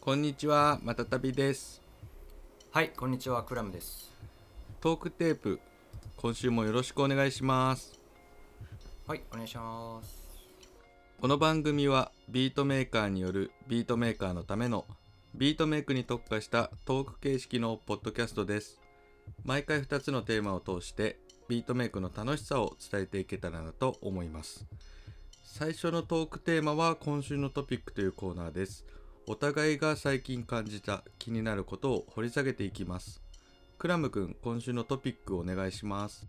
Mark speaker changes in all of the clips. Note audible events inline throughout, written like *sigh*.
Speaker 1: こんにちは、またたびです。
Speaker 2: はい、こんにちは、クラムです。
Speaker 1: トークテープ、今週もよろしくお願いします。
Speaker 2: はい、お願いします。
Speaker 1: この番組はビートメーカーによるビートメーカーのためのビートメイクに特化したトーク形式のポッドキャストです。毎回2つのテーマを通してビートメイクの楽しさを伝えていけたらなと思います。最初のトークテーマは今週のトピックというコーナーです。お互いが最近感じた気になることを掘り下げていきます。クラム君、今週のトピックお願いします。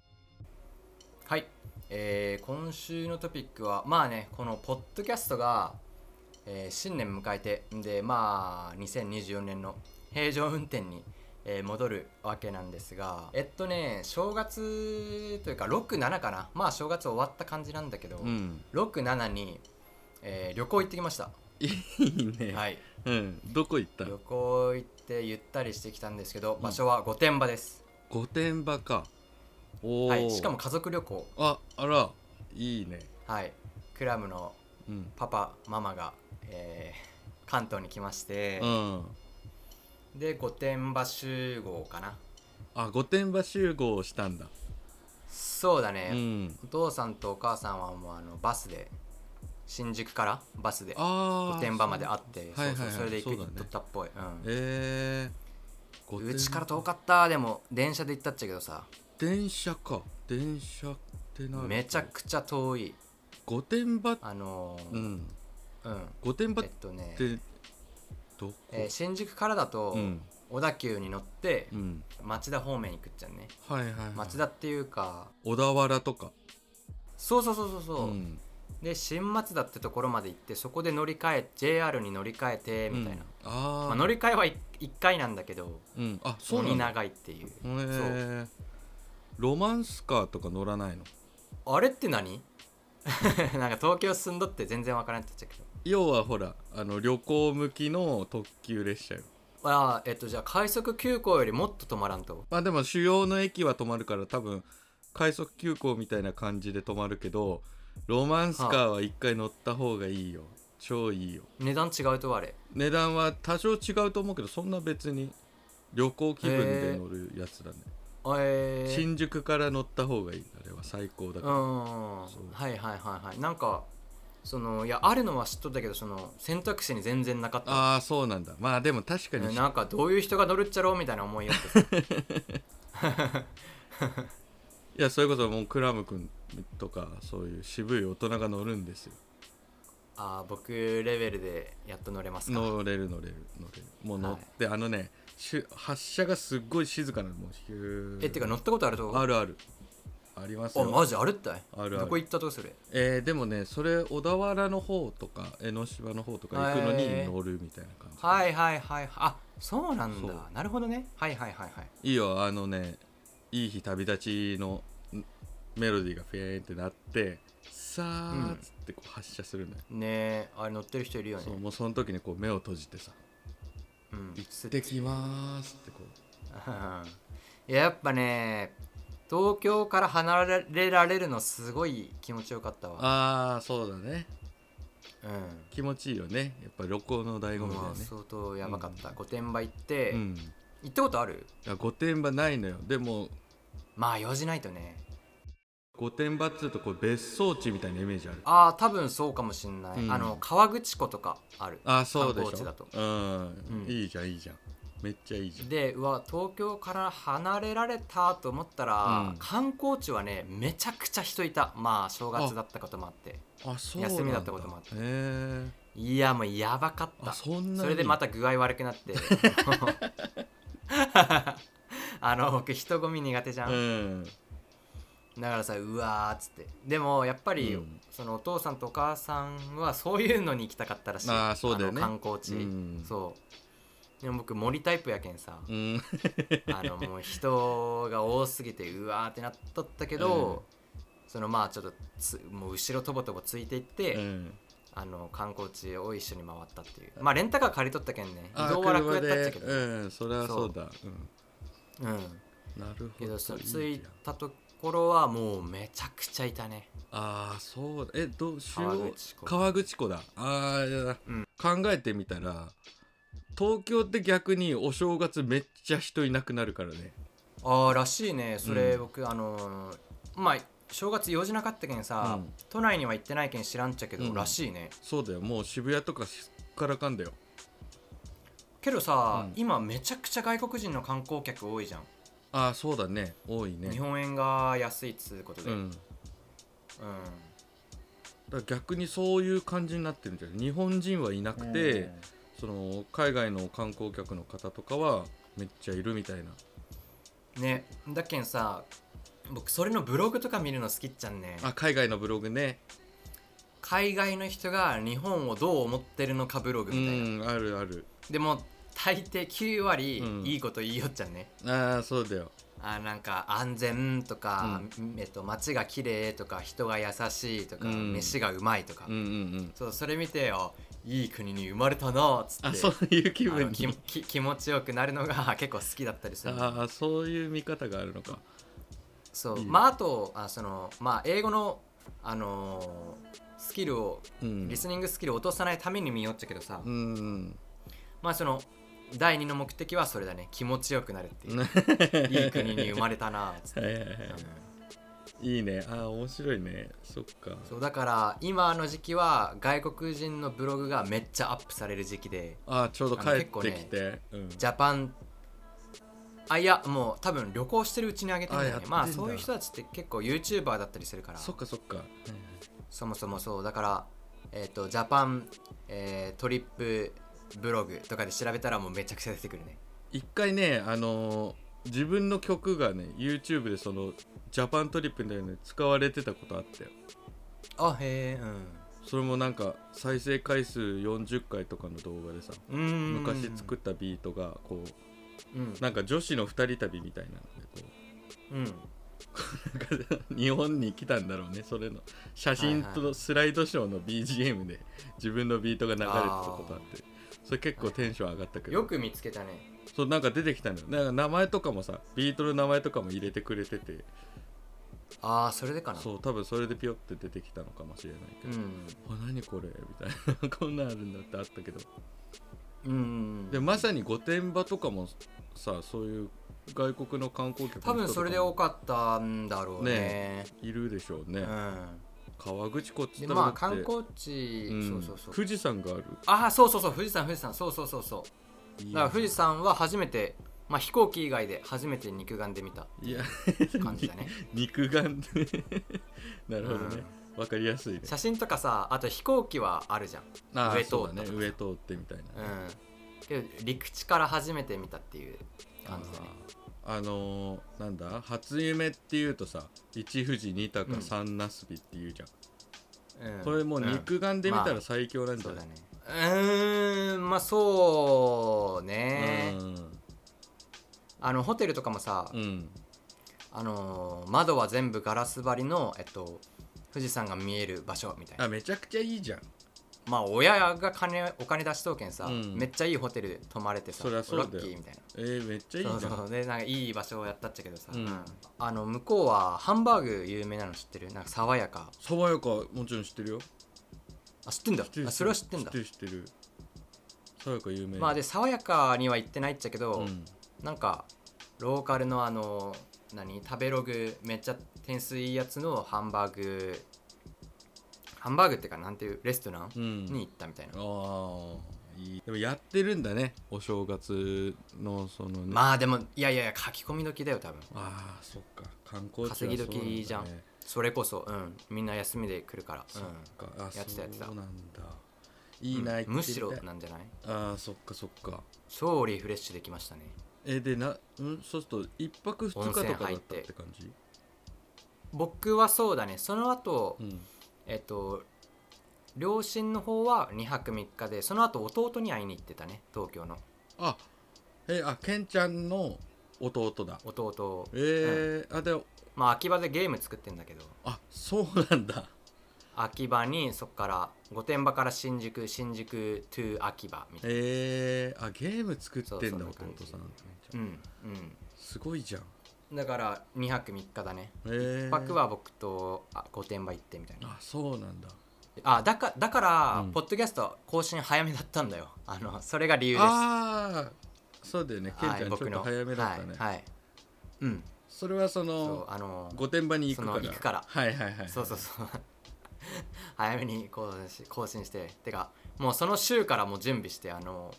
Speaker 2: はい、えー今週のトピックは、まあね、このポッドキャストが、えー新年迎えて、んで、まあ、2024年の平常運転に、えー戻るわけなんですが、えっとね、正月というか、6、7かな、まあ、正月終わった感じなんだけど、
Speaker 1: うん。
Speaker 2: 6、7に、えー旅行行ってきました。
Speaker 1: い *laughs* いね。
Speaker 2: はい、
Speaker 1: うん。どこ行った
Speaker 2: 旅行行ってゆったりしてきたんですけど、
Speaker 1: ん
Speaker 2: 場所は御殿場です。
Speaker 1: 御殿場かおお、
Speaker 2: はい、しかも家族旅行。
Speaker 1: ああらいいね
Speaker 2: はい、クラムの
Speaker 1: うん、
Speaker 2: パパママが、えー関東に来まして、
Speaker 1: うん、
Speaker 2: で御殿場集合かな
Speaker 1: あ御殿場集合をしたんだ、
Speaker 2: そうだね、
Speaker 1: うん
Speaker 2: お父さんとお母さんはもうあのバスで新宿からバスで
Speaker 1: あ
Speaker 2: 御
Speaker 1: あ
Speaker 2: 殿場まで会って
Speaker 1: は
Speaker 2: そ
Speaker 1: いうはい
Speaker 2: そう
Speaker 1: はい
Speaker 2: それで行
Speaker 1: そう
Speaker 2: く
Speaker 1: だね
Speaker 2: とったっぽい、うん
Speaker 1: えー、御
Speaker 2: うちから遠
Speaker 1: か
Speaker 2: かったでも電車で行ったっちゃけどさ
Speaker 1: 電車か電車ってなると
Speaker 2: めちゃくちゃ遠い
Speaker 1: 御殿場
Speaker 2: あのー
Speaker 1: う、ん
Speaker 2: うん、
Speaker 1: 御殿場
Speaker 2: え
Speaker 1: っ
Speaker 2: っとね、
Speaker 1: てどこ、
Speaker 2: えー新宿からだと、
Speaker 1: うん
Speaker 2: 小田急に乗って
Speaker 1: うん
Speaker 2: 町田方面行くっちゃね
Speaker 1: はいはい、はい、
Speaker 2: 町田っていうか
Speaker 1: 小田原とか
Speaker 2: そうそうそうそうそう、
Speaker 1: ん、
Speaker 2: で新松田ってところまで行ってそこで乗り換え JR に乗り換えてみたい
Speaker 1: うん、
Speaker 2: な、
Speaker 1: あー、
Speaker 2: まあ、乗り換えは 1, 回なんだけど
Speaker 1: うんあそ
Speaker 2: 乗
Speaker 1: うな
Speaker 2: り
Speaker 1: んだ
Speaker 2: 長いってい
Speaker 1: へ
Speaker 2: うそう
Speaker 1: ーロマンスカーとか乗らないの
Speaker 2: あれって何 *laughs* なんか東京住んどって全然わからんって言っちゃうけ
Speaker 1: 要はほらあの旅行向きの特急列車よ
Speaker 2: どあーえっとじゃあ快速急行よりもっと止まらんと
Speaker 1: まあでも主要の駅は止まるから多分快速急行みたいな感じで止まるけどロマンスカーは一回乗った方がいいよ超いいよ
Speaker 2: 値段違うとあれ
Speaker 1: 値段は多少違うと思うけどそんな別に旅行気分で乗るやつだね、
Speaker 2: えー、
Speaker 1: 新宿から乗った方がいいあれは最高だ
Speaker 2: う
Speaker 1: か
Speaker 2: ー
Speaker 1: ら、
Speaker 2: んは
Speaker 1: そう
Speaker 2: いはいはいはいなんかそのいやあるのは知っとったけどその選択肢に全然なかった
Speaker 1: ああそうなんだまあでも確かに、
Speaker 2: ねなんかどういう人が乗るっちゃろうみたいな思いよって
Speaker 1: *laughs*
Speaker 2: さ
Speaker 1: いやそれこそもうクラム君とかそういう渋い大人が乗るんですよ
Speaker 2: あー僕レベルでやっと乗れますか
Speaker 1: 乗れる乗れる乗れるもう乗って、あのねしゅ発車がすっごい静かなのもうヒュー
Speaker 2: えってか乗ったことあるとこ
Speaker 1: あるあるあります
Speaker 2: あ
Speaker 1: よ
Speaker 2: マジあるったい
Speaker 1: あるある
Speaker 2: どこ行ったとこそれ
Speaker 1: えーでもねそれ小田原の方とか江ノ島の方とか行くのに
Speaker 2: へー
Speaker 1: 乗るみたいな感じ、
Speaker 2: はいはいはいあそうなん
Speaker 1: そう
Speaker 2: だなるほどねはいはいはいはい
Speaker 1: い、いよあのねいい日旅立ちのんメロディーがフェーンってなってさーっつってこう発車するのよ、
Speaker 2: ねえあれ乗ってる人いるよね
Speaker 1: そうもうその時にこう目を閉じてさ
Speaker 2: う
Speaker 1: 「
Speaker 2: ん
Speaker 1: 行ってきまーす」ってこう
Speaker 2: い *laughs* ややっぱね東京から離れられるのすごい気持ちよかったわ
Speaker 1: ああそうだね
Speaker 2: うん
Speaker 1: 気持ちいいよねやっぱ旅行の醍醐味だよ
Speaker 2: まあ
Speaker 1: ね、
Speaker 2: 相当やばかった、御殿場行って、
Speaker 1: うん、
Speaker 2: 行ったことある
Speaker 1: いや御殿場ないのよでも
Speaker 2: まあ用事ないとね
Speaker 1: 御殿場っつうとこう別荘地みたいなイメージある
Speaker 2: ああ多分そうかもしんない、
Speaker 1: うん
Speaker 2: あの川口湖とかある
Speaker 1: あそうでし
Speaker 2: 観光地だ
Speaker 1: ょ
Speaker 2: と
Speaker 1: うん、
Speaker 2: うん
Speaker 1: いいじゃんいいじゃんめっちゃいいじゃん
Speaker 2: でうわ東京から離れられたと思ったら、
Speaker 1: うん
Speaker 2: 観光地はねめちゃくちゃ人いたまあ正月だったこともあって
Speaker 1: あそう
Speaker 2: 休みだったこともあって
Speaker 1: へえ
Speaker 2: いやもうやばかった
Speaker 1: あ
Speaker 2: そ
Speaker 1: そんなに
Speaker 2: れでまた具合悪くなって
Speaker 1: *laughs*
Speaker 2: *laughs* あの僕人混み苦手じゃん、
Speaker 1: うん
Speaker 2: だからさうわーっつってでもやっぱり、
Speaker 1: うん
Speaker 2: そのお父さんとお母さんはそういうのに行きたかったらしい
Speaker 1: あーそうだよね
Speaker 2: あの観光地、
Speaker 1: うん
Speaker 2: そうでも僕森タイプやけん
Speaker 1: *laughs*
Speaker 2: さ、
Speaker 1: うん
Speaker 2: あのもう人が多すぎてうわーってなっとったけど、そのまあちょっとつもう後ろとぼとぼついていって、
Speaker 1: うん
Speaker 2: あの観光地を一緒に回ったっていうまあレンタカー借りとったけんね
Speaker 1: あ
Speaker 2: 移動は楽やったっちゃ
Speaker 1: で
Speaker 2: けど、
Speaker 1: うんそれはそうだう
Speaker 2: うん
Speaker 1: んなるほ
Speaker 2: け
Speaker 1: ど
Speaker 2: どそう
Speaker 1: いい
Speaker 2: 着い
Speaker 1: じゃん
Speaker 2: たところはもうめちゃくちゃいたね
Speaker 1: ああそうえどうしよ
Speaker 2: 川
Speaker 1: う
Speaker 2: 口湖
Speaker 1: 川口湖だああ、いや
Speaker 2: うん
Speaker 1: 考えてみたら東京って逆にお正月めっちゃ人いなくなるからね
Speaker 2: あーらしいねそれ、
Speaker 1: うん
Speaker 2: 僕あのーまあ正月用事なかったけんさ、
Speaker 1: うん
Speaker 2: 都内には行ってないけん知らんっちゃけど、
Speaker 1: うん
Speaker 2: らしいね
Speaker 1: そうだよもう渋谷とかすっからかんだよ
Speaker 2: けどさ、
Speaker 1: うん
Speaker 2: 今めちゃくちゃ外国人の観光客多いじゃん、
Speaker 1: ああそうだね多いね
Speaker 2: 日本円が安いっつうことで、
Speaker 1: うんだ
Speaker 2: うん
Speaker 1: から逆にそういう感じになってるんじゃない日本人はいなくて、その海外の観光客の方とかはめっちゃいるみたいな
Speaker 2: ねだけんさ僕それのブログとか見るの好きっちゃんね
Speaker 1: あ海外のブログね
Speaker 2: 海外の人が日本をどう思ってるのかブログ
Speaker 1: う
Speaker 2: みたいな、
Speaker 1: んあるある
Speaker 2: でも大抵9割、
Speaker 1: うん
Speaker 2: いいこと言いよっちゃんね
Speaker 1: ああそうだよ
Speaker 2: あなんか安全とか、えっと、街が綺麗とか人が優しいとか、
Speaker 1: うん
Speaker 2: 飯がうまいとか、
Speaker 1: うんうんうん
Speaker 2: そうそれ見てあいい国に生まれたなっつって
Speaker 1: あそういう気
Speaker 2: あの
Speaker 1: 分
Speaker 2: き
Speaker 1: に
Speaker 2: き気持ちよくなるのが *laughs* 結構好きだったりする
Speaker 1: ああそういう見方があるのか
Speaker 2: そう
Speaker 1: いいね
Speaker 2: まああとあその、まあ、英語の、あのースキルを
Speaker 1: うん
Speaker 2: リスニングスキルを落とさないために見よっちゃけどさ、
Speaker 1: うんうん
Speaker 2: まあその第二の目的はそれだね気持ちよくなるっていう
Speaker 1: *laughs*
Speaker 2: いい国に生まれたなっつって、
Speaker 1: はいはいは
Speaker 2: うん
Speaker 1: いいいねああ面白いねそっか
Speaker 2: そうだから今の時期は外国人のブログがめっちゃアップされる時期で
Speaker 1: ああちょうど
Speaker 2: あ
Speaker 1: 帰
Speaker 2: の
Speaker 1: って
Speaker 2: 結構ね
Speaker 1: きてうん
Speaker 2: ジャパンあいやもう多分旅行してるうちに上げてるんだよ
Speaker 1: あやっ
Speaker 2: ね
Speaker 1: てんだ
Speaker 2: まあそういう人たちって結構 YouTuber だったりするから
Speaker 1: そっ
Speaker 2: そ
Speaker 1: かそっか
Speaker 2: もそもそうだからえっ、とジャパン、えートリップブログとかで調べたらもうめちゃくちゃ出てくるね
Speaker 1: 一回ねあのー自分の曲がね YouTube でそのジャパントリップみたいなのに使われてたことあったよ
Speaker 2: あへえ
Speaker 1: それもなんか再生回数40回とかの動画でさ
Speaker 2: うんうーん
Speaker 1: 昔作ったビートがこう
Speaker 2: うん
Speaker 1: なんか女子の二人旅みたいなのでこ
Speaker 2: うん
Speaker 1: うなんか日本に来たんだろうねそれの写真
Speaker 2: はいは
Speaker 1: とスライドショーの BGM で自分のビートが流れてたことあってそれ結構テンション上がったけど、
Speaker 2: よく見つけたね
Speaker 1: そうなんか出てきたのよなんか名前とかもさビートの名前とかも入れてくれてて
Speaker 2: ああそれでかな
Speaker 1: そう多分それでピョって出てきたのかもしれないけ
Speaker 2: う
Speaker 1: ど、
Speaker 2: ん
Speaker 1: あ何これみたいなこんなんあるんだってあったけど
Speaker 2: うん
Speaker 1: でまさに御殿場とかもさそういう外国の観光客の人とか
Speaker 2: 多
Speaker 1: も
Speaker 2: 分それで多かったんだろうね
Speaker 1: いるでしょうね、
Speaker 2: うん
Speaker 1: 川口湖っつ
Speaker 2: で
Speaker 1: った
Speaker 2: ま
Speaker 1: らだ
Speaker 2: あ
Speaker 1: って
Speaker 2: 観光地、
Speaker 1: うん
Speaker 2: そうそうそう
Speaker 1: 富士山がある
Speaker 2: ああそうそうそう富士山富士山そうそうそうそうだから富士山は初めて、まあ、飛行機以外で初めて肉眼で見た
Speaker 1: いや
Speaker 2: 感じだね
Speaker 1: *laughs* 肉眼でなるほどねわ、かりやすいね
Speaker 2: 写真とかさあと飛行機はあるじゃん
Speaker 1: あー
Speaker 2: 上通った
Speaker 1: そ
Speaker 2: と
Speaker 1: う
Speaker 2: か
Speaker 1: だね上通ってみたいな、
Speaker 2: うんけど陸地から初めて見たっていう感じだね
Speaker 1: あーあのーなんだ初夢っていうとさ一富士二
Speaker 2: う
Speaker 1: 鷹
Speaker 2: ん
Speaker 1: 三なすびっていうじゃん、
Speaker 2: うん
Speaker 1: これもう肉眼で見た
Speaker 2: ま
Speaker 1: ら最強なん
Speaker 2: うん
Speaker 1: じ
Speaker 2: そ
Speaker 1: ゃ
Speaker 2: う
Speaker 1: な
Speaker 2: だ
Speaker 1: い、
Speaker 2: ねうーんまあそうね、あのホテルとかもさ、
Speaker 1: うん、うん、
Speaker 2: あのー窓は全部ガラス張りの、えっと、富士山が見える場所みたいな
Speaker 1: あめちゃくちゃいいじゃん
Speaker 2: まあ親が金お金出しとうけんさ、
Speaker 1: うん
Speaker 2: めっちゃいいホテル泊まれてさ
Speaker 1: そりゃそうだよ
Speaker 2: ロッキーみたいな
Speaker 1: えー、めっちゃいいじゃん
Speaker 2: そうそうでなんかいい場所をやったっちゃけどさ、
Speaker 1: うん
Speaker 2: あの向こうはハンバーグ有名なの知ってるなんか爽やか
Speaker 1: 爽やかもちろん知ってるよ
Speaker 2: あ知ってんだ
Speaker 1: 知ってる
Speaker 2: あそれは知ってん
Speaker 1: 知っ
Speaker 2: だ
Speaker 1: てる知ってる爽やか有名
Speaker 2: まあで爽やかには行ってないっちゃけど、
Speaker 1: うん、
Speaker 2: なんかローカルのあの何食べログめっちゃ点数いいやつのハンバーグハンバーグってかなんていうレストラン、
Speaker 1: うん、
Speaker 2: に行ったみたいな、
Speaker 1: ああいいでもやってるんだねお正月のそのね、あ
Speaker 2: まあでもいやいやいや書き込み時だよ多分
Speaker 1: あーそっか観光地はそう
Speaker 2: 稼ぎ時
Speaker 1: なんだね
Speaker 2: じゃんそれこそ、うん、みんな休みで来るから、
Speaker 1: そっかあ
Speaker 2: やってたやってた
Speaker 1: そうなんだいいな、
Speaker 2: うん、
Speaker 1: 行って
Speaker 2: む
Speaker 1: み
Speaker 2: した
Speaker 1: い
Speaker 2: ろなんじゃない
Speaker 1: ああそっかそっか
Speaker 2: 超リフレッシュできましたね
Speaker 1: えでなうんそうすると一泊二日とかだった
Speaker 2: 温泉入
Speaker 1: っ
Speaker 2: って
Speaker 1: て感じ
Speaker 2: 僕はそうだねその後、
Speaker 1: うん
Speaker 2: えっと両親の方は2泊3日でその後弟に会いに行ってたね東京の
Speaker 1: あえあケンちゃんの弟だ
Speaker 2: 弟
Speaker 1: えーあで
Speaker 2: まあ秋葉でゲーム作ってんだけど
Speaker 1: あそうなんだ
Speaker 2: 秋葉にそっから御殿場から新宿新宿 to 秋葉みたい
Speaker 1: えー、あゲーム作ってんだ
Speaker 2: そうそんな感
Speaker 1: 弟
Speaker 2: じ
Speaker 1: さん
Speaker 2: なうんうん
Speaker 1: すごいじゃん
Speaker 2: だから2泊3日だね、
Speaker 1: えー、
Speaker 2: 一泊は僕とあ御殿場行ってみたいな
Speaker 1: あそうなんだ
Speaker 2: あだかだから、
Speaker 1: うん
Speaker 2: ポッドキャスト更新早めだったんだよ *laughs* あのそれが理由です
Speaker 1: ああそうだよねケン
Speaker 2: はい
Speaker 1: ちゃんちょ
Speaker 2: 僕
Speaker 1: っ
Speaker 2: の
Speaker 1: と早めだったね、
Speaker 2: はい、はいうん
Speaker 1: それはそ
Speaker 2: そう
Speaker 1: の
Speaker 2: あの
Speaker 1: 御殿場に行くから
Speaker 2: その行くから
Speaker 1: はいはいはい
Speaker 2: そうそうそう *laughs* 早めに更新し更新しててかもうその週からもう準備してあの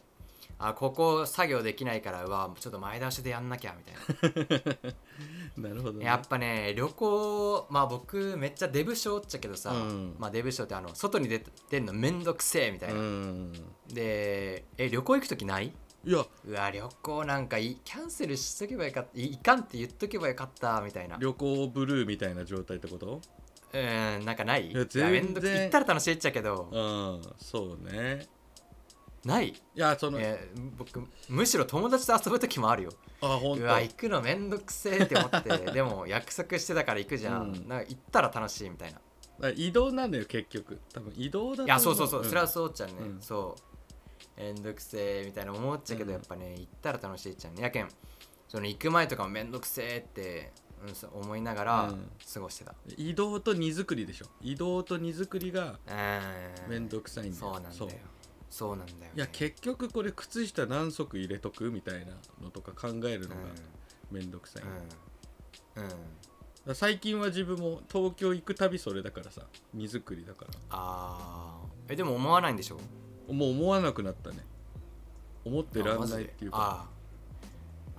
Speaker 2: あここ作業できないからうわちょっと前倒しでやんなきゃみたいな
Speaker 1: なるほど、ね、
Speaker 2: やっぱね旅行まあ僕めっちゃデブ症っちゃけどさ、
Speaker 1: うん
Speaker 2: まあ、デブ症ってあの外に出出んのめんどくせえみたいな、
Speaker 1: うん
Speaker 2: でえ旅行行く時ない
Speaker 1: いや
Speaker 2: うわ旅行なんかいキャンセルしとけばよかったいいかんって言っとけばよかったみたいな
Speaker 1: 旅行ブルーみたいな状態ってこと
Speaker 2: うんなんかない
Speaker 1: いや
Speaker 2: いやめんどく
Speaker 1: 全然
Speaker 2: 行ったら楽しいっちゃけど
Speaker 1: うんそうね
Speaker 2: ない、
Speaker 1: いやその、
Speaker 2: えー僕むしろ友達と遊ぶ時もあるよ
Speaker 1: あ本
Speaker 2: う
Speaker 1: 当
Speaker 2: わ行くのめんどくせえって思ってでも約束してたから行くじゃん,、
Speaker 1: うん
Speaker 2: なんか行ったら楽しいみたいな
Speaker 1: だから移動なんだよ結局多分移動だと思
Speaker 2: いやそうそうそう、
Speaker 1: ん
Speaker 2: それはそうっちゃんね、
Speaker 1: うん
Speaker 2: そうめんどくせえみたいな思っちゃうけど、
Speaker 1: うん
Speaker 2: やっぱね行ったら楽しいっちゃんねやけんその行く前とかもめんどくせえって、うん、そう思いながら
Speaker 1: うん
Speaker 2: 過ごしてた
Speaker 1: 移動と荷造りでしょ移動と荷造りが
Speaker 2: うん
Speaker 1: めんどくさいんだよ
Speaker 2: そうなんだよそうなんだよね、
Speaker 1: いや結局これ靴下何足入れとくみたいなのとか考えるのがめんどくさい、だか
Speaker 2: うん、うんうん、
Speaker 1: ら最近は自分も東京行くたびそれだからさ荷造りだから
Speaker 2: あーえでも思わないんでしょ
Speaker 1: もう思わなくなったね思ってら
Speaker 2: あマ
Speaker 1: ん
Speaker 2: ジ
Speaker 1: ない
Speaker 2: で
Speaker 1: っていうか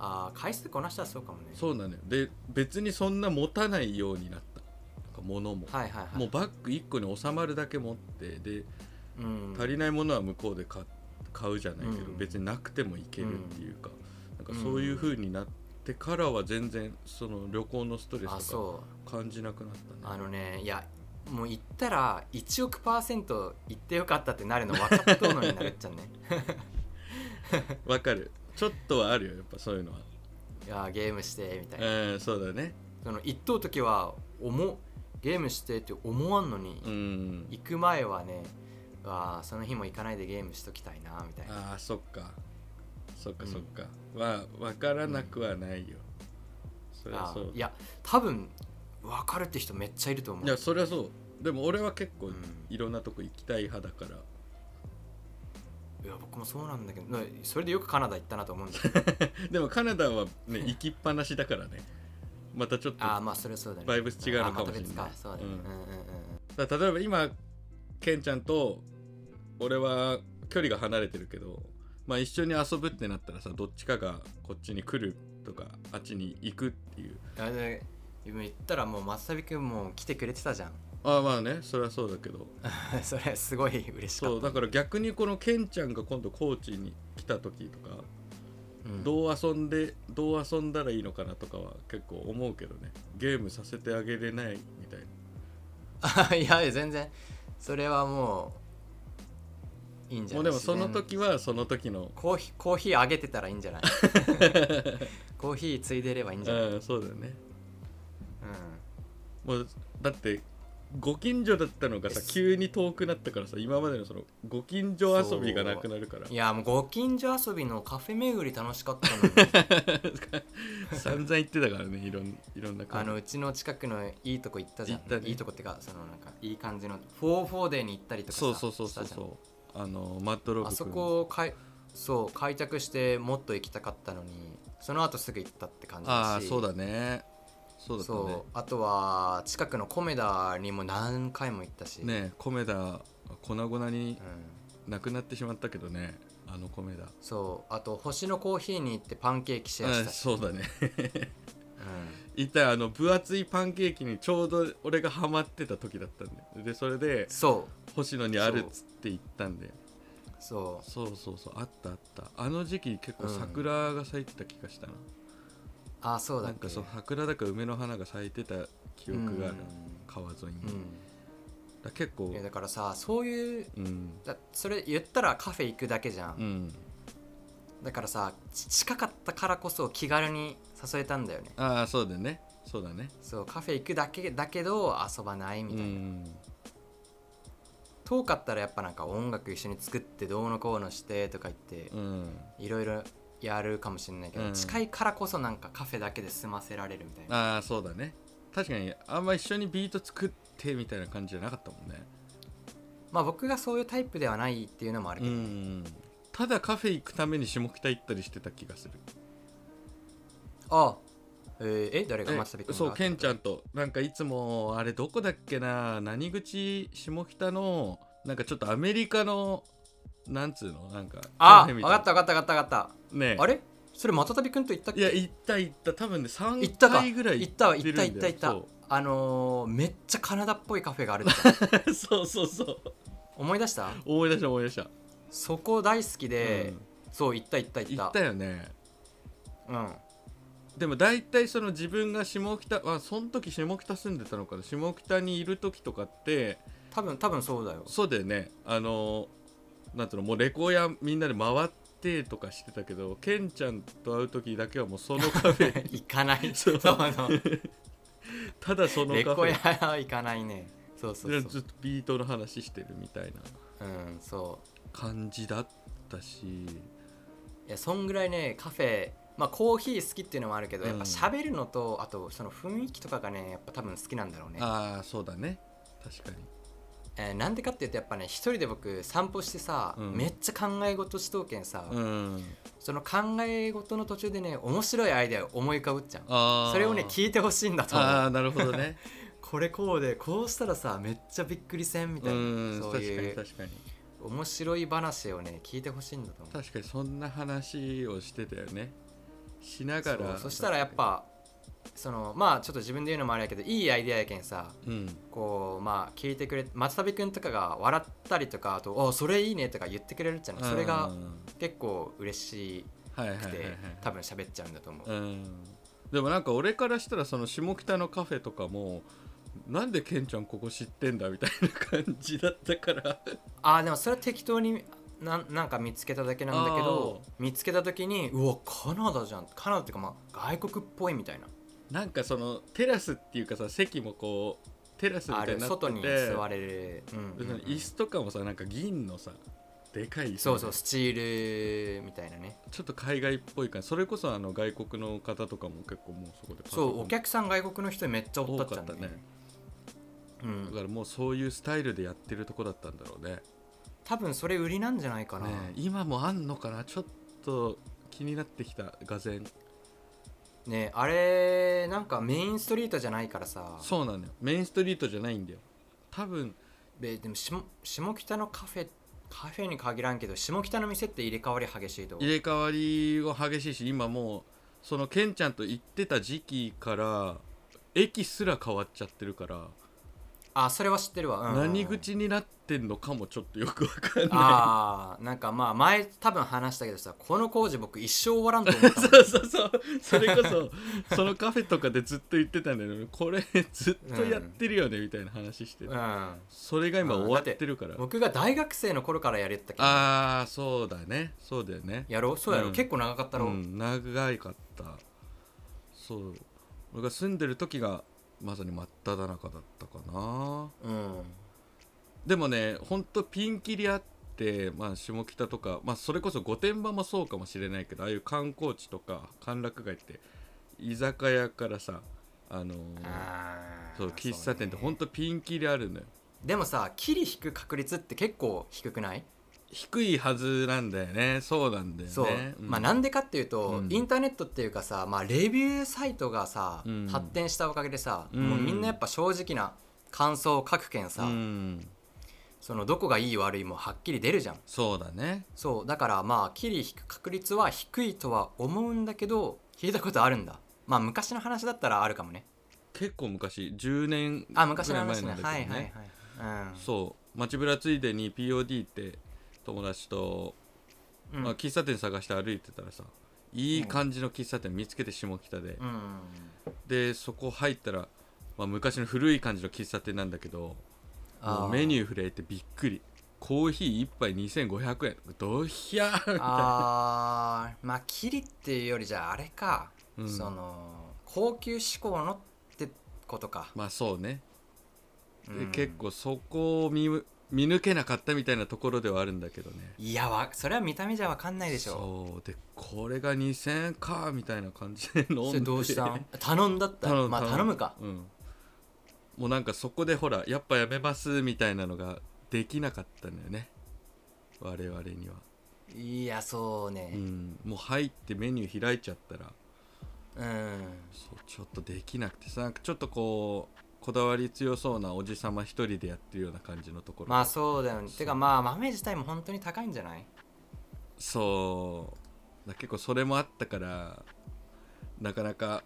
Speaker 2: あーあー回数こなしたらそうかもね
Speaker 1: そうなのよで別にそんな持たないようになったなんか物も、
Speaker 2: はいはいはい
Speaker 1: もうバッグ1個に収まるだけ持ってで
Speaker 2: うん、
Speaker 1: 足りないものは向こうで買買うじゃないけど、
Speaker 2: うん
Speaker 1: 別になくてもいけるっていうか、なんかそういう風になってからは全然その旅行のストレ
Speaker 2: あ
Speaker 1: スと
Speaker 2: そう
Speaker 1: か感じなくなった
Speaker 2: あ
Speaker 1: ね
Speaker 2: のねいやもう行ったら1億パーセント行ってよかったってなるの分かっとうのになるっちゃうね
Speaker 1: *laughs* わかるちょっとはあるよやっぱそういうのは、
Speaker 2: いやゲームしてみたいな、
Speaker 1: えー、そうだね
Speaker 2: その行っとう時は思ゲームしてって思わんのに、
Speaker 1: うん
Speaker 2: 行く前はねうわあその日も行かないでゲームしときたいなみたいな
Speaker 1: あーそっかそっかそっか、はわからなくはないよ、そりゃ
Speaker 2: あ
Speaker 1: そう
Speaker 2: いや多分分かるって人めっちゃいると思う
Speaker 1: いやそりゃそうでも俺は結構
Speaker 2: うん
Speaker 1: いろんなとこ行きたい派だから、
Speaker 2: いや僕もそうなんだけどなそれでよくカナダ行ったなと思うん
Speaker 1: *laughs*
Speaker 2: だけど
Speaker 1: でもカナダはね行きっぱなしだからねまたちょっと
Speaker 2: ああまあそれはそうだね
Speaker 1: バイブス違うのかもしれない
Speaker 2: あまた別かそうだね、
Speaker 1: うん
Speaker 2: うん、うんうん
Speaker 1: だから例えば今ケンちゃんと俺は距離が離れてるけど、まあ、一緒に遊ぶってなったらさどっちかがこっちに来るとかあっちに行くっていう
Speaker 2: あで今言ったらもう松旅君も来てくれてたじゃん *laughs*
Speaker 1: ああまあねそれはそうだけど
Speaker 2: それすごい嬉しか
Speaker 1: そ
Speaker 2: っ
Speaker 1: う
Speaker 2: た
Speaker 1: だから逆にこのケンちゃんが今度高知に来た時とか、
Speaker 2: うん
Speaker 1: どう遊んでどう遊んだらいいのかなとかは結構思うけどねゲームさせてあげれないみたいな
Speaker 2: *laughs* いやいや全然それはもういいんじゃ
Speaker 1: も
Speaker 2: な
Speaker 1: う
Speaker 2: い
Speaker 1: でもその
Speaker 2: 自然
Speaker 1: 時はその時の
Speaker 2: コーヒーコーヒーあげてたらいいんじ
Speaker 1: *laughs*
Speaker 2: ゃないコーヒーついでればいいんじゃない、うん
Speaker 1: うんそうだよねもうだってご近所だったのがさ急に遠くなったからさ今までのそのご近所遊びがなくなるから
Speaker 2: いやもうご近所遊びのカフェ巡り楽しかった
Speaker 1: *laughs*
Speaker 2: の
Speaker 1: *laughs*
Speaker 2: に
Speaker 1: 散々言ってたからねいろんいろんな
Speaker 2: あの
Speaker 1: 感
Speaker 2: うちの近くのいいとこ行ったじゃん
Speaker 1: 行ったね
Speaker 2: いいとこってかそのなんかいい感じの44デーに行ったりと
Speaker 1: じ
Speaker 2: かさ
Speaker 1: そうそうそうそう
Speaker 2: したじゃん
Speaker 1: そうあのマッドロブ
Speaker 2: あ
Speaker 1: 君
Speaker 2: そこをかいそう開拓してもっと行きたかったのにその後すぐ行ったって感じだし
Speaker 1: ああそうだねそうだった
Speaker 2: そうあとは近くのコメダにも何回も行ったし、
Speaker 1: ねねえコメダ粉々に
Speaker 2: うん、
Speaker 1: なくなってしまったけどねあのコメダ
Speaker 2: そうあと星のコーヒーに行ってパンケーキシェアし
Speaker 1: あ
Speaker 2: たし、
Speaker 1: そうだね *laughs*
Speaker 2: うん
Speaker 1: 一体あの分厚いパンケーキにちょうど俺がハマってた時だったんででそれで
Speaker 2: そ
Speaker 1: 星野にあるっつって言ったんで
Speaker 2: うそう
Speaker 1: そうそうそうあったあったあの時期結構桜が咲いてた気がしたな、
Speaker 2: あそうだ
Speaker 1: な
Speaker 2: っ
Speaker 1: んか
Speaker 2: け
Speaker 1: そう桜だか梅の花が咲いてた記憶がある、川沿いに、
Speaker 2: う
Speaker 1: だ
Speaker 2: ん、
Speaker 1: から結
Speaker 2: うん
Speaker 1: 構
Speaker 2: いやだからさそういう
Speaker 1: うん
Speaker 2: だそれ言ったらカフェ行くだけじゃん、
Speaker 1: うん
Speaker 2: だからさち近かったからこそ気軽に誘えたんだよね
Speaker 1: ああそうだねそうだね
Speaker 2: そうカフェ行くだけだけど遊ばないみ
Speaker 1: う
Speaker 2: たいな、
Speaker 1: ん
Speaker 2: 遠かったらやっぱなんか音楽一緒に作ってどうのこうのしてとか言って
Speaker 1: うん
Speaker 2: いろいろやるかもしれないけど、
Speaker 1: うん
Speaker 2: 近いからこそなんかカフェだけで済ませられるみたいな
Speaker 1: ああそうだね確かにあんま一緒にビート作ってみたいな感じじゃなかったもんね
Speaker 2: まあ僕がそういうタイプではないっていうのもあるけ
Speaker 1: う
Speaker 2: ど、
Speaker 1: んただカフェ行くために下北行ったりしてた気がする
Speaker 2: ああえーえ誰が松田ビッ
Speaker 1: えそうケンちゃんとなんかいつもあれどこだっけな何口下北のなんかちょっとアメリカのなんつうのなんか
Speaker 2: あ
Speaker 1: カフェ
Speaker 2: 分
Speaker 1: み
Speaker 2: か
Speaker 1: い
Speaker 2: った分かった分かった分かっ
Speaker 1: ねえ
Speaker 2: たあれそれ松田ビ君と行ったっ
Speaker 1: い
Speaker 2: け
Speaker 1: や行った行った多分ね
Speaker 2: 行っ
Speaker 1: 3
Speaker 2: たか
Speaker 1: 回ぐらい
Speaker 2: 行ったわ行った
Speaker 1: るん
Speaker 2: 行っ
Speaker 1: だ
Speaker 2: た
Speaker 1: よ
Speaker 2: 行ったあのー、めっちゃカナダっぽいカフェがあるって
Speaker 1: そうそうそうそう
Speaker 2: 思い出した
Speaker 1: 思い出した思い出した、
Speaker 2: そこ大好きで、そう行った行った
Speaker 1: う
Speaker 2: 行
Speaker 1: ん、
Speaker 2: った
Speaker 1: 行ったよね
Speaker 2: うん
Speaker 1: でも大体その自分が下北あその時下北住んでたのかな下北にいる時とかって
Speaker 2: 多分多分そうだよ
Speaker 1: そうだよねあのなんつうのもうレコ屋みんなで回ってとかしてたけどケンちゃんと会う時だけはもうそのカフェ
Speaker 2: *laughs* 行かない
Speaker 1: そ
Speaker 2: *laughs* そううそう
Speaker 1: *laughs* ただその
Speaker 2: レ
Speaker 1: カフ
Speaker 2: コ
Speaker 1: ェ
Speaker 2: ヤは行かないねそうそうそ
Speaker 1: ず
Speaker 2: う
Speaker 1: っとビートの話してるみたいな
Speaker 2: うんそ
Speaker 1: 感じだったし
Speaker 2: ういやそんぐらいねカフェまあコーヒー好きっていうのもあるけど、
Speaker 1: うん
Speaker 2: やっぱ喋るのとあとその雰囲気とかがねやっぱ多分好きなんだろうね
Speaker 1: ああそうだね確かに
Speaker 2: えーなんでかっていうとやっぱね一人で僕散歩してさ、
Speaker 1: うん
Speaker 2: めっちゃ考え事しとうけんさ、
Speaker 1: うん
Speaker 2: その考え事の途中でね面白いアイデアを思い浮かぶっちゃう
Speaker 1: あー
Speaker 2: それをね聞いてほしいんだと
Speaker 1: あ
Speaker 2: 思う
Speaker 1: あなるほどね
Speaker 2: これこうでこうしたらさめっちゃびっくりせ *laughs* んみ
Speaker 1: う
Speaker 2: たいな、
Speaker 1: ん
Speaker 2: そうい
Speaker 1: 確
Speaker 2: う
Speaker 1: かに確かに
Speaker 2: 面白い話をね聞いてほしいんだと思う
Speaker 1: 確かにそんな話をしてたよねしなが
Speaker 2: そ
Speaker 1: ら
Speaker 2: うそしたらやっぱそのまあちょっと自分で言うのもあれやけどいいアイデアやけんさ
Speaker 1: うん
Speaker 2: こうまあ聞いてくれ松旅くんとかが笑ったりとかあと「おそれいいね」とか言ってくれるじゃないそれ
Speaker 1: う
Speaker 2: が
Speaker 1: ん
Speaker 2: 結構嬉し
Speaker 1: はいはい
Speaker 2: く
Speaker 1: はいはい
Speaker 2: て多分喋っちゃうんだと思う
Speaker 1: うんでもなんか俺からしたらその下北のカフェとかもなんでケンちゃんここ知ってんだみたいな感じだったから *laughs*
Speaker 2: あーでもそれは適当になんなんか見つけただけなんだけど見つけた時にうわカナダじゃんカナダっていうかまあ外国っぽいみたいな
Speaker 1: なんかそのテラスっていうかさ席もこうテラスみた
Speaker 2: あ
Speaker 1: いに
Speaker 2: る
Speaker 1: なって
Speaker 2: 外に
Speaker 1: て
Speaker 2: 座れる、うんうんうん
Speaker 1: で椅子とかもさなんか銀のさでかい椅子
Speaker 2: そうそうスチールみたいなね
Speaker 1: ちょっと海外っぽい感じそれこそあの外国の方とかも結構もうそこでパソ
Speaker 2: そ
Speaker 1: コン
Speaker 2: うお客さん外国の人めっちゃ
Speaker 1: 多
Speaker 2: おったっち
Speaker 1: か
Speaker 2: ゃ
Speaker 1: っ
Speaker 2: ん
Speaker 1: た
Speaker 2: だ
Speaker 1: ね
Speaker 2: ねう
Speaker 1: だ
Speaker 2: ん、
Speaker 1: からもうそういうスタイルでやってるとこだったんだろうね
Speaker 2: 多分それ売りなんじゃないかな、
Speaker 1: ねえ今もあんのかなちょっと気になってきたがぜ
Speaker 2: ねあれなんかメインストリートじゃないからさ
Speaker 1: そうなのよメインストリートじゃないんだよ多分
Speaker 2: ででも下下北のカフェカフェに限らんけど下北の店って入れ替わり激しいと思う
Speaker 1: 入れ替わりは激しいし今もうそのケンちゃんと行ってた時期から駅すら変わっちゃってるから、
Speaker 2: あそれは知ってるわ、うんうんうん
Speaker 1: 何口になってんのかもちょっとよくわかんな
Speaker 2: ああなんかまあ前多分話したけどさこの工事僕一生終わらんと思っ
Speaker 1: い
Speaker 2: たもん
Speaker 1: *laughs* そうそうそうそれこそそのカフェとかでずっと言ってたんだけどこれずっとやってるよねみたいな話して、 *laughs*
Speaker 2: うん
Speaker 1: それが今終わってるから
Speaker 2: 僕が大学生の頃からやれてたけど
Speaker 1: ああそうだねそうだよね
Speaker 2: やろうそうやろ、
Speaker 1: う
Speaker 2: うん結構長かったろ、う
Speaker 1: うん、長かったそう俺が住んでる時がまさに真っ只中だったかな
Speaker 2: うん
Speaker 1: でもねほんとピンキリあって、まあ、下北とか、まあ、それこそ御殿場もそうかもしれないけどああいう観光地とか歓楽街って居酒屋からさあのー
Speaker 2: あー
Speaker 1: そう喫茶店って
Speaker 2: そうね
Speaker 1: ほんとピンキリあるのよ
Speaker 2: でもさキリ引く確率って結構低くない
Speaker 1: 低いはずなんだよねそうなんだよね
Speaker 2: そう、
Speaker 1: ん
Speaker 2: まあなんでかっていうと、
Speaker 1: うん
Speaker 2: インターネットっていうかさ、まあ、レビューサイトがさ、
Speaker 1: うん
Speaker 2: 発展したおかげでさ、
Speaker 1: うん
Speaker 2: もうみんなやっぱ正直な感想を書くけんさ、
Speaker 1: うん
Speaker 2: そのどこがいい悪いもはっきり出るじゃん
Speaker 1: そうだね
Speaker 2: そうだからまあキリ引く確率は低いとは思うんだけど聞いたことあるんだまあ昔の話だったらあるかもね
Speaker 1: 結構昔10年ぐら
Speaker 2: あ
Speaker 1: い前
Speaker 2: 昔の
Speaker 1: なんだ
Speaker 2: 話
Speaker 1: けどね
Speaker 2: ねはいはいはい
Speaker 1: そう街ぶらついでに POD って友達と、
Speaker 2: うんうん
Speaker 1: まあ、喫茶店探して歩いてたらさいい感じの喫茶店見つけて下北で、
Speaker 2: うん
Speaker 1: でそこ入ったら、まあ、昔の古い感じの喫茶店なんだけどもうメ
Speaker 2: ュー
Speaker 1: ニュー触れてびっくりコーヒー1杯2500円どひゃーみたいな
Speaker 2: あーまあキリっていうよりじゃああれか、
Speaker 1: うん
Speaker 2: その高級志向のってことか、
Speaker 1: まあそうね、で
Speaker 2: うん
Speaker 1: 結構そこを見む見抜けなかったみたいなところではあるんだけどね
Speaker 2: いやわそれは見た目じゃわかんないでしょ
Speaker 1: そうでこれが2000円かみたいな感じで飲んで
Speaker 2: それどうした *laughs*
Speaker 1: *laughs*
Speaker 2: ん頼んだったらまあ頼むか
Speaker 1: うんもうなんかそこでほらやっぱやめますみたいなのができなかったんだよね我々には、
Speaker 2: いやそうね
Speaker 1: うん、もう入ってメニュー開いちゃったら
Speaker 2: うん、
Speaker 1: そうちょっとできなくてさなんかちょっとこうこだわり強そうなおじさま一人でやってるような感じのところ、
Speaker 2: まあそうだよねてかまあ豆自体も本当に高いんじゃない
Speaker 1: そうだ結構それもあったからなかなか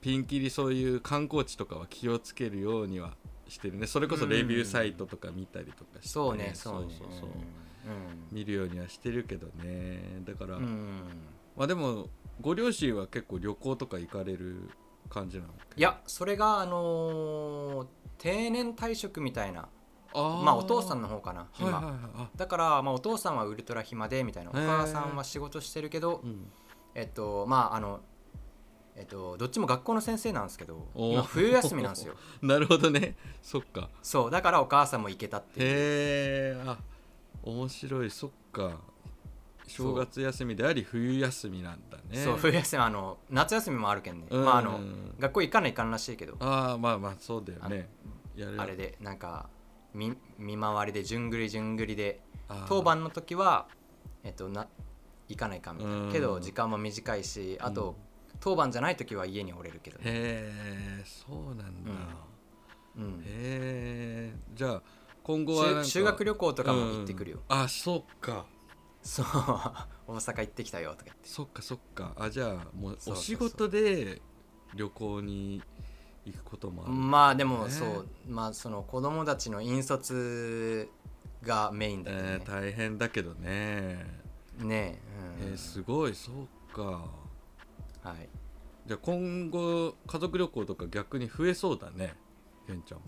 Speaker 1: ピンキリそういう観光地とかは気をつけるようにはしてるねそれこそレビューサイトとか見たりとかして、
Speaker 2: そうねそうね
Speaker 1: そうそう
Speaker 2: う
Speaker 1: そう、
Speaker 2: ん
Speaker 1: 見るようにはしてるけどねだから、
Speaker 2: うん、うん、
Speaker 1: まあでもご両親は結構旅行とか行かれる感じなの
Speaker 2: いやそれがあのー定年退職みたいな
Speaker 1: あー
Speaker 2: まあお父さんの方かな今、
Speaker 1: はいはいはいあ
Speaker 2: だから、まあ、お父さんはウルトラ暇でみたいな
Speaker 1: へ
Speaker 2: お
Speaker 1: ー
Speaker 2: 母さんは仕事してるけど、
Speaker 1: うん
Speaker 2: えっとまああのえっとどっちも学校の先生なんですけど
Speaker 1: おー
Speaker 2: 今冬休みなん
Speaker 1: *laughs*
Speaker 2: ですよ
Speaker 1: なるほどねそっか
Speaker 2: そうだからお母さんも行けたっていう
Speaker 1: へえあ面白いそっか
Speaker 2: そう
Speaker 1: 正月休みであり冬休みなんだね
Speaker 2: そう冬休みあの夏休みもあるけんね、
Speaker 1: うん
Speaker 2: まああの学校行かないかんらしいけど
Speaker 1: ああまあまあそうだよねやる
Speaker 2: あれでなんか見見回りで順繰り順繰りで
Speaker 1: あー
Speaker 2: 当番の時はえっとな行かないかんみたい
Speaker 1: うん
Speaker 2: なけど時間も短いしあと、当番じゃない時は家におれるけど、
Speaker 1: へえそうなんだ、
Speaker 2: うんうん
Speaker 1: へ、えじゃあ今後はなんか
Speaker 2: 修修学旅行とかも行ってくるよ、
Speaker 1: うんあそっか
Speaker 2: *laughs* そう大阪行ってきたよとか言って
Speaker 1: そっかそっかあじゃあもう
Speaker 2: そうそうそう
Speaker 1: お仕事で旅行に行くこともある、
Speaker 2: まあでも
Speaker 1: ね
Speaker 2: そう、まあその子供たちの引率がメインだよ
Speaker 1: え
Speaker 2: ね
Speaker 1: ー、大変だけどね、
Speaker 2: ねえ、うん
Speaker 1: えーすごいそうか
Speaker 2: はい、
Speaker 1: じゃあ今後家族旅行とか逆に増えそうだねけんちゃんも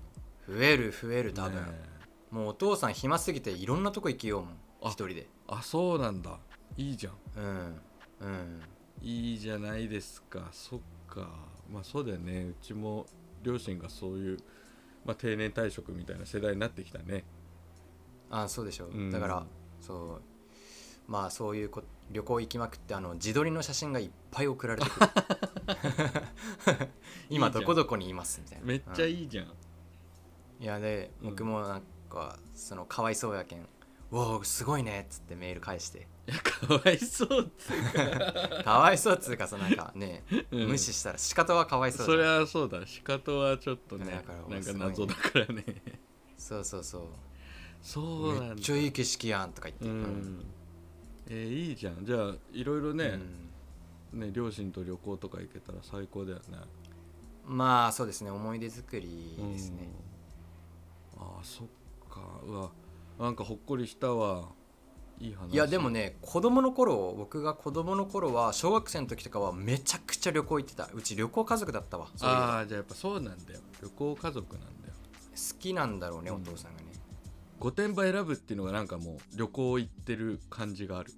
Speaker 2: 増える増える多分、
Speaker 1: ねえ
Speaker 2: もうお父さん暇すぎていろんなとこ行きようもん
Speaker 1: あ
Speaker 2: 一人で
Speaker 1: あそうなんだいいじゃん
Speaker 2: うんうん
Speaker 1: いいじゃないですかそっかまあそうだよねうちも両親がそういう、まあ、定年退職みたいな世代になってきたね
Speaker 2: あそうでしょ、
Speaker 1: うん
Speaker 2: だからそうまあそういうこ旅行行きまくってあの自撮りの写真がいっぱい送られてくる
Speaker 1: *laughs*
Speaker 2: 今どこどこにいますみたいな
Speaker 1: めっちゃ
Speaker 2: うん
Speaker 1: いいじゃん、
Speaker 2: いやで
Speaker 1: うん
Speaker 2: 僕もなんかそのかわいそうやけん「うわおすごいね」っつってメール返して
Speaker 1: いやかわいそうっつ
Speaker 2: かわいそうっつうかそのな
Speaker 1: *laughs*
Speaker 2: んかね、
Speaker 1: うか
Speaker 2: 無視したら仕方はかわいそう
Speaker 1: それ
Speaker 2: だ
Speaker 1: はそうだ仕方はちょっとね
Speaker 2: だから
Speaker 1: なんか
Speaker 2: すごいね
Speaker 1: 謎だからね
Speaker 2: そうそうそう
Speaker 1: そうなんだ
Speaker 2: めっちゃいい景色やんとか言って
Speaker 1: う、んえーいいじゃんじゃあいろいろ
Speaker 2: うん
Speaker 1: ね,、ね両親と旅行とか行けたら最高だよね
Speaker 2: うんまあそうですね思い出作りですね、
Speaker 1: うんあーそっかうわなんかほっこりしたわいい話
Speaker 2: いやでもね子供の頃僕が子供の頃は小学生の時とかはめちゃくちゃ旅行行ってたうち旅行家族だったわそういえば
Speaker 1: ああじゃあやっぱそうなんだよ旅行家族なんだよ
Speaker 2: 好きなんだろうね、
Speaker 1: うん
Speaker 2: お父さんがね
Speaker 1: 御殿場選ぶっていうのがなんかもう旅行行ってる感じがある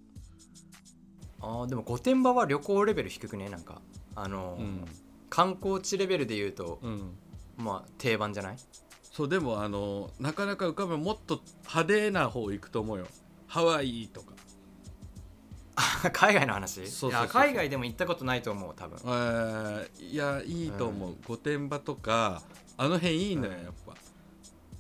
Speaker 2: あーでも御殿場は旅行レベル低くねなんかあのー
Speaker 1: うん、
Speaker 2: 観光地レベルで言うと、
Speaker 1: うん、
Speaker 2: まあ定番じゃない *laughs*
Speaker 1: そうでもあのなかなか浮かぶもっと派手な方行くと思うよハワイとか
Speaker 2: あ海外の話
Speaker 1: そうそうそう
Speaker 2: いや海外でも行ったことないと思う多分
Speaker 1: えーいやいいと思う、御殿場とかあの辺いいのよ
Speaker 2: うん
Speaker 1: やっ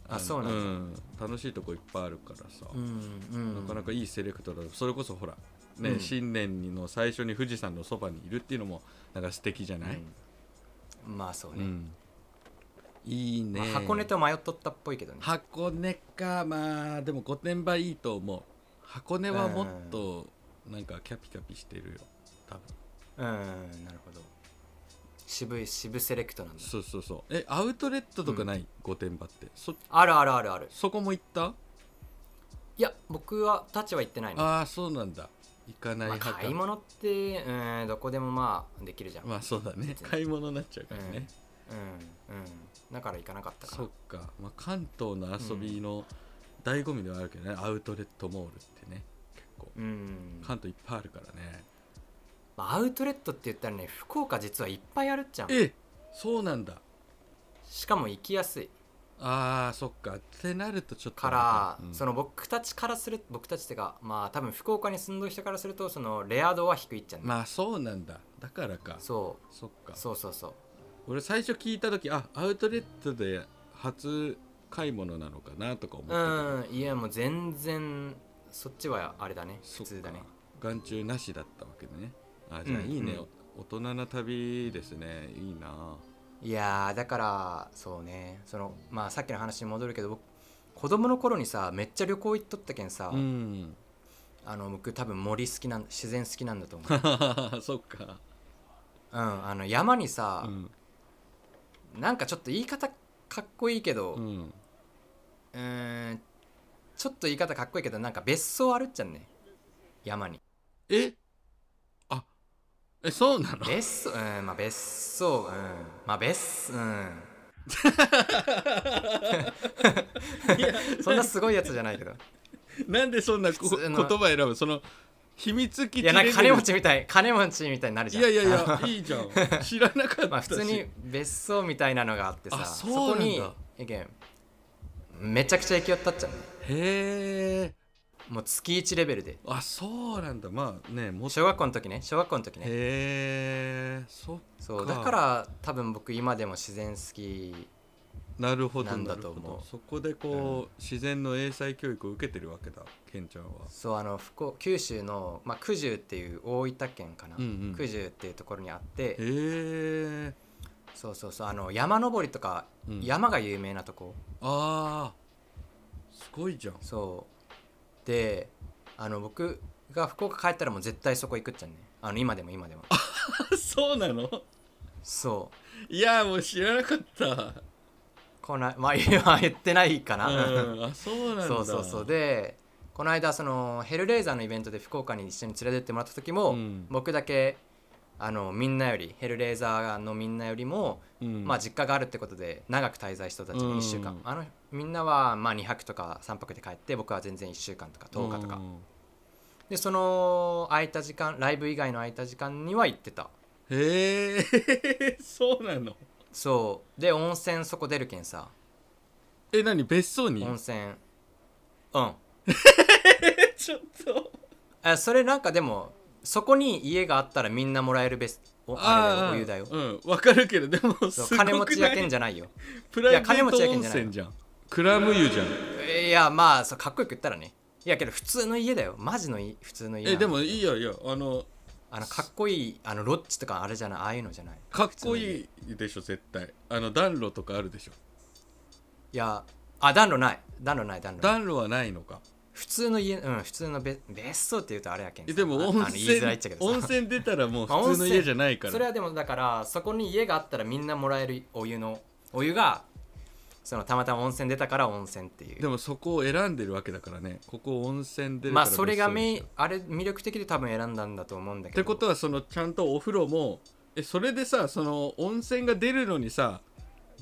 Speaker 1: ぱ、
Speaker 2: あそうなんだ
Speaker 1: だ、楽しいとこいっぱいあるからさ、
Speaker 2: うんうん
Speaker 1: なかなかいいセレクトだそれこそほらね、
Speaker 2: うん
Speaker 1: 新年の最初に富士山のそばにいるっていうのもなんか素敵じゃない、
Speaker 2: うんまあそう
Speaker 1: うん
Speaker 2: ね、
Speaker 1: いいね、
Speaker 2: まあ箱根と迷っとったっぽいけどね
Speaker 1: 箱根かまあでも御殿場いいと思う箱根はもっとなんかキャピキャピしてるよ多分
Speaker 2: うんなるほど渋い渋セレクトなんだ
Speaker 1: そうそうそうえアウトレットとかない、御殿場ってそ
Speaker 2: あるあるあるある
Speaker 1: そこも行った
Speaker 2: いや僕はたちは行ってないね、
Speaker 1: ああそうなんだ行かない
Speaker 2: まあ、
Speaker 1: 派か
Speaker 2: 買い物ってうんどこでもまあできるじゃん、
Speaker 1: まあそうだね
Speaker 2: 別に
Speaker 1: 買い物になっちゃうからね、
Speaker 2: うんうんだから行かなかったか
Speaker 1: そ
Speaker 2: ら
Speaker 1: っか、まあ、関東の遊びの醍醐味ではあるけどね、アウトレットモールってね結構
Speaker 2: うん、
Speaker 1: 関東いっぱいあるからね、
Speaker 2: まあ、アウトレットって言ったらね福岡実はいっぱいあるっちゃん
Speaker 1: えそうなんだ
Speaker 2: しかも行きやすい
Speaker 1: あーそっかってなるとちょっと
Speaker 2: から、
Speaker 1: うん
Speaker 2: その僕たちからする僕たちってかまあ多分福岡に住んどる人からするとそのレア度は低いっちゃん、
Speaker 1: まあそうなんだだからかそ
Speaker 2: そ
Speaker 1: っ
Speaker 2: う
Speaker 1: か
Speaker 2: そうそうそう
Speaker 1: 俺最初聞いた時あアウトレットで初深いものなのかなとか思って
Speaker 2: う
Speaker 1: たけど
Speaker 2: んいやもう全然そっちはあれだね
Speaker 1: そっか
Speaker 2: 普通だね
Speaker 1: 眼中なしだったわけねあじゃあ
Speaker 2: うん
Speaker 1: いいね、
Speaker 2: うん
Speaker 1: 大人な旅ですねいいない
Speaker 2: やーだからそうねそのまあさっきの話に戻るけど僕子供の頃にさめっちゃ旅行行っとったけんさ、
Speaker 1: うん *laughs*
Speaker 2: あの僕多分森好きなん自然好きなんだと思う、
Speaker 1: そっか、
Speaker 2: うん、あの山にさ
Speaker 1: う、ん
Speaker 2: なんかちょっと言い方かっこいいけど、
Speaker 1: う、
Speaker 2: うんーんちょっと言い方かっこいいけどなんか別荘あるっちゃんね山に
Speaker 1: えあえそうなの
Speaker 2: 別荘うんまあ別荘うんまあ別うんそんなすごいやつじゃないけど
Speaker 1: *laughs* なんでそんなこ
Speaker 2: 普
Speaker 1: 言
Speaker 2: 通の
Speaker 1: 葉選ぶその秘密基地
Speaker 2: いやなんか金持
Speaker 1: ち
Speaker 2: ちみたい金持ちみたいになるじ
Speaker 1: い
Speaker 2: ゃん
Speaker 1: やいやいやいいじゃん知らなかったし、
Speaker 2: *laughs* まあ普通に別荘みたいなのがあってさ
Speaker 1: あそうなんだ
Speaker 2: こにえけんめちゃくちゃ行きよったっちゃね
Speaker 1: へえ
Speaker 2: もう月1レベルで
Speaker 1: あそうなんだまあねもっと
Speaker 2: 小学校の時ね小学校の時ね
Speaker 1: へえそっ
Speaker 2: そう
Speaker 1: か
Speaker 2: だから多分僕今でも自然好き
Speaker 1: なるほど
Speaker 2: なんだ
Speaker 1: なる
Speaker 2: と
Speaker 1: ほど
Speaker 2: 思う
Speaker 1: そこでこう、自然の英才教育を受けてるわけだケンちゃんは
Speaker 2: そうあの福岡九州の、まあ、九十っていう大分県かな、
Speaker 1: うんうん
Speaker 2: 九十っていうところにあって
Speaker 1: へえ、
Speaker 2: そうそうそうあの山登りとか、
Speaker 1: うん
Speaker 2: 山が有名なとこ
Speaker 1: あーすごい
Speaker 2: *laughs*
Speaker 1: じゃん
Speaker 2: そうであの僕が福岡帰ったらもう絶対そこ行くっちゃねあの今でも今でも
Speaker 1: あそうなの
Speaker 2: そう
Speaker 1: いやもう知らなかった
Speaker 2: こない *laughs* まあ今言ってないかな、 *laughs*
Speaker 1: うん、あそうなんだ
Speaker 2: そうそうそうでこの間そのヘルレイザーのイベントで福岡に一緒に連れてってもらった時も、
Speaker 1: うん
Speaker 2: 僕だけあのみんなよりヘルレイザーのみんなよりも、
Speaker 1: うん
Speaker 2: まあ、実家があるってことで長く滞在した人たち
Speaker 1: うん
Speaker 2: 1週間、あのみんなはまあ2泊とか3泊で帰って僕は全然1週間とか10日とか、
Speaker 1: うん
Speaker 2: でその空いた時間ライブ以外の空いた時間には行ってた
Speaker 1: へえ *laughs* そうなの
Speaker 2: そうで温泉そこ出るけんさ
Speaker 1: え何別荘に
Speaker 2: 温泉うん
Speaker 1: え *laughs* ちょっと
Speaker 2: あそれなんかでもそこに家があったらみんなもらえるべすおあれだよお湯だよ
Speaker 1: うんわかるけどでも
Speaker 2: そう
Speaker 1: すごくない
Speaker 2: 金持ちやけんじゃないよ
Speaker 1: プライベ
Speaker 2: いや金
Speaker 1: ー
Speaker 2: 持
Speaker 1: ト
Speaker 2: ちやけ
Speaker 1: 温
Speaker 2: んじゃない
Speaker 1: 泉じゃんクラム湯じゃん
Speaker 2: いやまあそうかっこよく言ったらねいやけど普通の家だよマジのい普通の家な
Speaker 1: え
Speaker 2: の
Speaker 1: でもいいよいいよあの
Speaker 2: あのかっこいいあのロッジとかあれじゃないああいうのじゃない
Speaker 1: かっこいいでしょ絶対あの暖炉とかあるでしょ
Speaker 2: いやあ暖炉ない暖炉ない暖炉ない
Speaker 1: 暖炉はないのか
Speaker 2: 普通の家うん普通のべ別荘って言うとあれやけん
Speaker 1: え
Speaker 2: さ
Speaker 1: でも
Speaker 2: あ
Speaker 1: 温
Speaker 2: あの言い
Speaker 1: 泉
Speaker 2: づらいっちゃけどさ
Speaker 1: 温泉出たらもう
Speaker 2: まあ
Speaker 1: 普通の
Speaker 2: 温
Speaker 1: 家
Speaker 2: 泉
Speaker 1: じゃないか
Speaker 2: それ
Speaker 1: ら
Speaker 2: はでもだからそこに家があったらみんなもらえるお湯のお湯がそのたまたま温泉出たから温泉っていう
Speaker 1: でもそこを選んでるわけだからねここ温泉出るから
Speaker 2: まあそれが
Speaker 1: 別荘で
Speaker 2: め
Speaker 1: しょ
Speaker 2: あれ魅力的で多分選んだんだと思うんだ
Speaker 1: っ
Speaker 2: けど
Speaker 1: てことはそのちゃんとお風呂もえそれでさその温泉が出るのにさ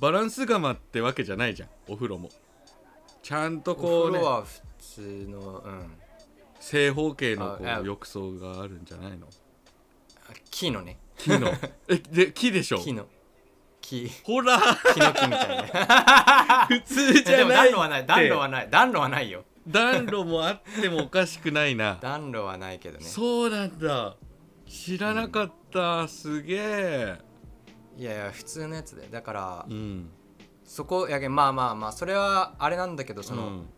Speaker 1: バランス釜ってわけじゃないじゃんお風呂もちゃんと
Speaker 2: お
Speaker 1: こうね
Speaker 2: 風呂は普通のうん
Speaker 1: 正方形のこ
Speaker 2: あいうや
Speaker 1: 浴槽があるんじゃないの
Speaker 2: 木のね
Speaker 1: 木
Speaker 2: *laughs*
Speaker 1: のえで木でしょ
Speaker 2: 木の木 *laughs*
Speaker 1: ほら
Speaker 2: 木の木みたいな
Speaker 1: 普通じ
Speaker 2: で
Speaker 1: ゃ
Speaker 2: も
Speaker 1: ない
Speaker 2: 暖炉はない暖炉はない暖炉はないよ
Speaker 1: 暖炉もあってもおかしくない
Speaker 2: *laughs*
Speaker 1: な
Speaker 2: 暖炉はないけどね
Speaker 1: そうなんだ知らなかった、すげえ
Speaker 2: いやいや普通のやつでだから
Speaker 1: うん
Speaker 2: そこやけんまあまあまあそれはあれなんだけどその、
Speaker 1: うん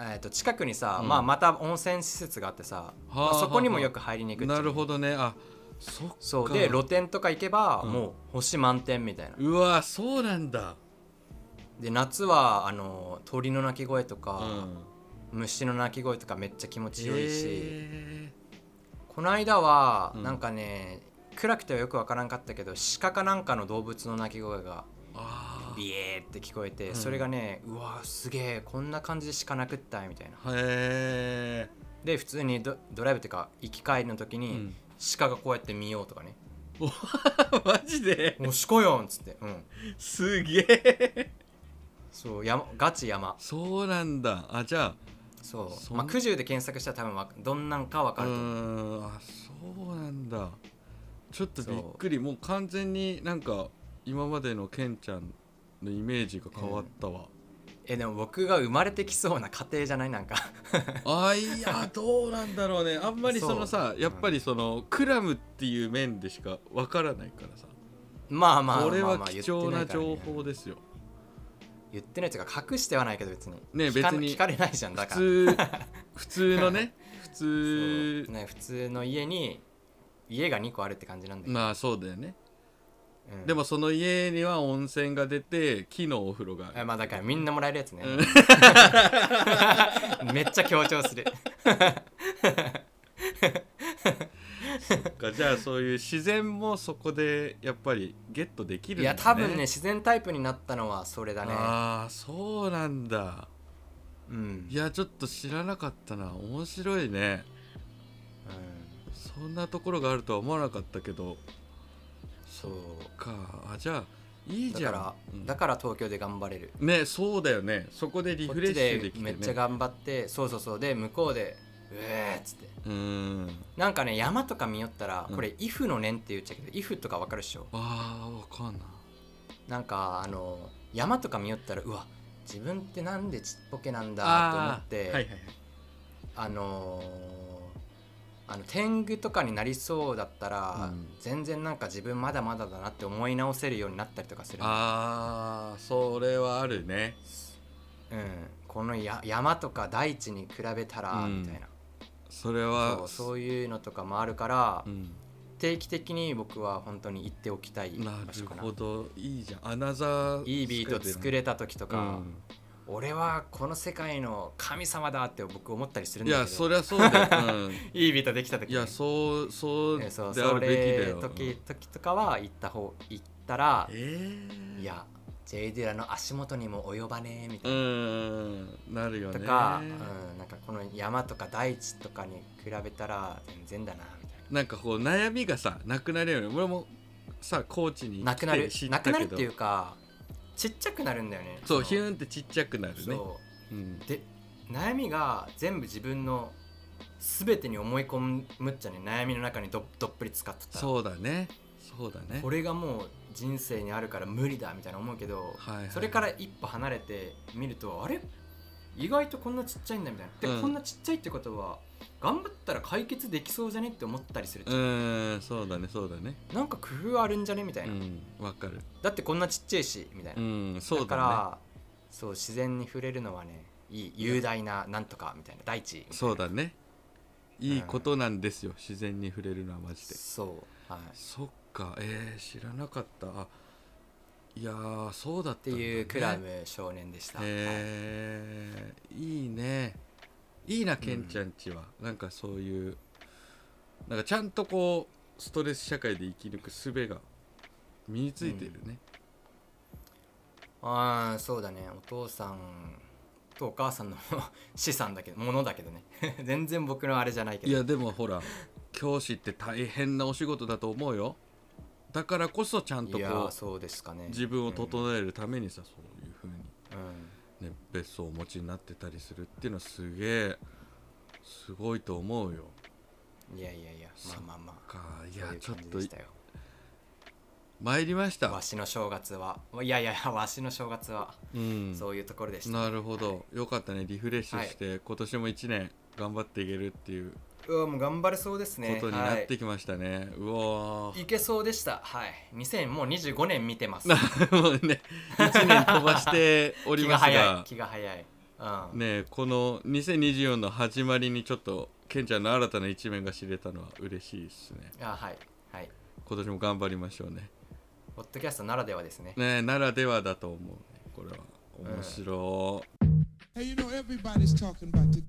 Speaker 2: えー、と近くにさ、
Speaker 1: うん
Speaker 2: まあ、また温泉施設があってさ、
Speaker 1: あ
Speaker 2: まあそこにもよく入りに行くっちゃ
Speaker 1: な
Speaker 2: う
Speaker 1: るほどねあそっか
Speaker 2: そうで露店とか行けば、
Speaker 1: うん
Speaker 2: もう星満点みたいな
Speaker 1: うわそうなんだ
Speaker 2: で夏はあの鳥の鳴き声と
Speaker 1: う
Speaker 2: か、
Speaker 1: ん
Speaker 2: 虫の鳴き声とかめっちゃ気持ちよいし、
Speaker 1: へ
Speaker 2: この間は、
Speaker 1: うん
Speaker 2: なんかね暗くてはよくわからんかったけど鹿かなんかの動物の鳴き声が
Speaker 1: ーあ
Speaker 2: ビエーって聞こえて、
Speaker 1: うん
Speaker 2: それがねうわすげえこんな感じで鹿鳴くったいみたいな
Speaker 1: ーへ
Speaker 2: で普通にドドライブっていうか行き帰りの時
Speaker 1: え、う
Speaker 2: に、 *laughs*
Speaker 1: ん、
Speaker 2: 鹿がこうやって見ようとかね
Speaker 1: マジで
Speaker 2: 「もう鹿よん」っつってうん
Speaker 1: すげえ
Speaker 2: そう山ガチ山
Speaker 1: そうなんだあじゃ
Speaker 2: そう
Speaker 1: そん
Speaker 2: まあ九十で検索したら多分わどんなんかわ
Speaker 1: あ
Speaker 2: か
Speaker 1: う
Speaker 2: ると思う
Speaker 1: ーんあそうなんだちょっとびっ
Speaker 2: そう
Speaker 1: くりもう完全になんか今までのケンちゃんのイメージが変わったわ、
Speaker 2: えでも僕が生まれてきそうな家庭じゃないなんか *laughs*
Speaker 1: あいやどうなんだろうねあんまりそのさ
Speaker 2: そう
Speaker 1: やっぱりそのクラムっていう面でしかわからないからさ
Speaker 2: まあまあ
Speaker 1: これ
Speaker 2: まあ
Speaker 1: は
Speaker 2: まあ
Speaker 1: 貴重な情報
Speaker 2: で
Speaker 1: ですよ、
Speaker 2: 言ってないというか隠してはないけど別に
Speaker 1: ね
Speaker 2: 聞か
Speaker 1: 別に
Speaker 2: 聞かれないじゃんだ
Speaker 1: 普
Speaker 2: からそう
Speaker 1: 通普通のね普通
Speaker 2: ね、普通の家に家が2個あるって感じなんだけど、
Speaker 1: まあそうだよね、
Speaker 2: うん
Speaker 1: でもその家には温泉が出て木のお風呂があ
Speaker 2: え
Speaker 1: る
Speaker 2: まあだからみんなもらえるやつね、 *laughs* めっちゃ強調する
Speaker 1: かじゃあそういう自然もそこでやっぱりゲットできる
Speaker 2: い
Speaker 1: んだ、
Speaker 2: や
Speaker 1: ね、
Speaker 2: 多分ね自然タイプになったのはそれだね
Speaker 1: ああそうなんだ
Speaker 2: うん
Speaker 1: いやちょっと知らなかったな面白いねそんなところがあるとは思わなかったけど
Speaker 2: そう
Speaker 1: かあじゃあいい
Speaker 2: だ
Speaker 1: じゃ
Speaker 2: か
Speaker 1: ん
Speaker 2: ら、
Speaker 1: うん
Speaker 2: だから東京で頑張れる
Speaker 1: ねそうだよねそこでリ
Speaker 2: こ
Speaker 1: フ
Speaker 2: っ
Speaker 1: レッ
Speaker 2: ち
Speaker 1: シュ
Speaker 2: で
Speaker 1: できて
Speaker 2: め
Speaker 1: ね
Speaker 2: っちゃ頑張ってそうそうそうで向こうでうえーっつって
Speaker 1: うーん
Speaker 2: なんかね山とか見よったら
Speaker 1: うん
Speaker 2: これ「イフの年」って言っちゃうけど「イフ」とかわかるっしょ
Speaker 1: あーわかんない
Speaker 2: なんかあの山とか見よったらうわ自分ってなんでちっぽけなんだと思って
Speaker 1: あーはいはいはい
Speaker 2: あのーあの天狗とかになりそうだったら、
Speaker 1: うん
Speaker 2: 全然なんか自分まだまだだなって思い直せるようになったりとかする、
Speaker 1: あーそれはあるね
Speaker 2: うん、このや山とか大地に比べたら
Speaker 1: うん
Speaker 2: みたいな、
Speaker 1: それは
Speaker 2: そうそういうのとかもあるから、
Speaker 1: うん
Speaker 2: 定期的に僕は本当に行っておきたい
Speaker 1: な
Speaker 2: 場
Speaker 1: る
Speaker 2: 所かな。
Speaker 1: ほどいいじゃんアナザー
Speaker 2: いいビート作れた時と
Speaker 1: う
Speaker 2: か、
Speaker 1: ん
Speaker 2: 俺はこの世界の神様だって僕思ったりするん
Speaker 1: い
Speaker 2: だけど
Speaker 1: やそりゃそうだよ、うん、
Speaker 2: いいビートできた
Speaker 1: *laughs*
Speaker 2: 時、
Speaker 1: いやそうそう
Speaker 2: え
Speaker 1: で
Speaker 2: ーそう
Speaker 1: あ
Speaker 2: そ
Speaker 1: るべきだ
Speaker 2: れ
Speaker 1: よ
Speaker 2: 時時とかは行った方行ったら
Speaker 1: えー、
Speaker 2: いや J ・ディラの足元にも及ばねえみた
Speaker 1: う
Speaker 2: い
Speaker 1: んなるよ
Speaker 2: な、
Speaker 1: ね
Speaker 2: とか、うん、なんかこの山とか大地とかに比べたら全然だなみたい
Speaker 1: なんかこう悩みがさなくなるよね俺もさ高知に
Speaker 2: ななくなる
Speaker 1: 知っ
Speaker 2: な
Speaker 1: た
Speaker 2: く
Speaker 1: けど
Speaker 2: なるっていうかちっちゃくなるんだよね
Speaker 1: そうヒ
Speaker 2: その
Speaker 1: ューンってちっちゃくなるね、
Speaker 2: そう
Speaker 1: ん
Speaker 2: う、で悩みが全部自分の全てに思い込むっちゃね悩みの中にどどっぷり使ってたら
Speaker 1: そうだねそうだね
Speaker 2: これがもう人生にあるから無理だみたいな思うけど、
Speaker 1: はいはい
Speaker 2: それから一歩離れてみるとあれ意外とこんなちっちゃいんだみたいなで、
Speaker 1: うん
Speaker 2: こんなちっちゃいってことは頑張ったら解決できそうじゃねって思ったりする、
Speaker 1: うんそうだねそうだね
Speaker 2: なんか工夫あるんじゃねみたいうな、
Speaker 1: んわかる
Speaker 2: だってこんなちっちゃいしみたいな、
Speaker 1: うんそう
Speaker 2: だか
Speaker 1: だね
Speaker 2: らそう自然に触れるのはねいい雄大ななんとかみたいな大地みたいな
Speaker 1: そうだねいいことなんですよ、自然に触れるのはマジで
Speaker 2: そうはい
Speaker 1: そっかえー、知らなかったあいやーそうだっ
Speaker 2: ったて
Speaker 1: んだね
Speaker 2: いうクラブ少年でした、はい
Speaker 1: へえいいねいいなケンちゃんちは、なんかそういうなんかちゃんとこうストレス社会で生き抜く術が身についてるね、
Speaker 2: ああそうだねお父さんとお母さんの資産だけどものだけどね *laughs* 全然僕のあれじゃないけど
Speaker 1: いやでもほら教師って大変なお仕事だと思うよだからこそちゃんとこ
Speaker 2: いや
Speaker 1: う
Speaker 2: そうですかね
Speaker 1: 自分を整えるためにさ、そういうふうに
Speaker 2: うん、
Speaker 1: ね、別荘をお持ちになってたりするっていうのはすげえすごいと思うよ
Speaker 2: うんいやいやいやまあまあまあ
Speaker 1: かい
Speaker 2: そ
Speaker 1: や
Speaker 2: ういう
Speaker 1: ちょっ
Speaker 2: 感じ
Speaker 1: と
Speaker 2: でしたよ
Speaker 1: 参りました
Speaker 2: わしの正月はいやいやわしの正月は
Speaker 1: うん
Speaker 2: そういうところでした、
Speaker 1: なるほどよかったねリフレッシュして、今年も1年頑張っていけるっていうこ
Speaker 2: うわもう頑張れそうです
Speaker 1: と
Speaker 2: ね
Speaker 1: になってきましたね、うお
Speaker 2: は
Speaker 1: ー
Speaker 2: い、いけそうでしたはい2025年見てます
Speaker 1: もうね1年飛ばしており
Speaker 2: 気
Speaker 1: ま
Speaker 2: が
Speaker 1: す
Speaker 2: 早い
Speaker 1: が
Speaker 2: 気が早い、うん
Speaker 1: ねこの2024の始まりにちょっとケンちゃんの新たな一面が知れたのは嬉しいですね
Speaker 2: あはいはい
Speaker 1: 今年も頑張りましょうね
Speaker 2: ポッドキャストならではですね
Speaker 1: ねならではだと思うねこれは面白い、
Speaker 3: Hey, you know everybody's talking about the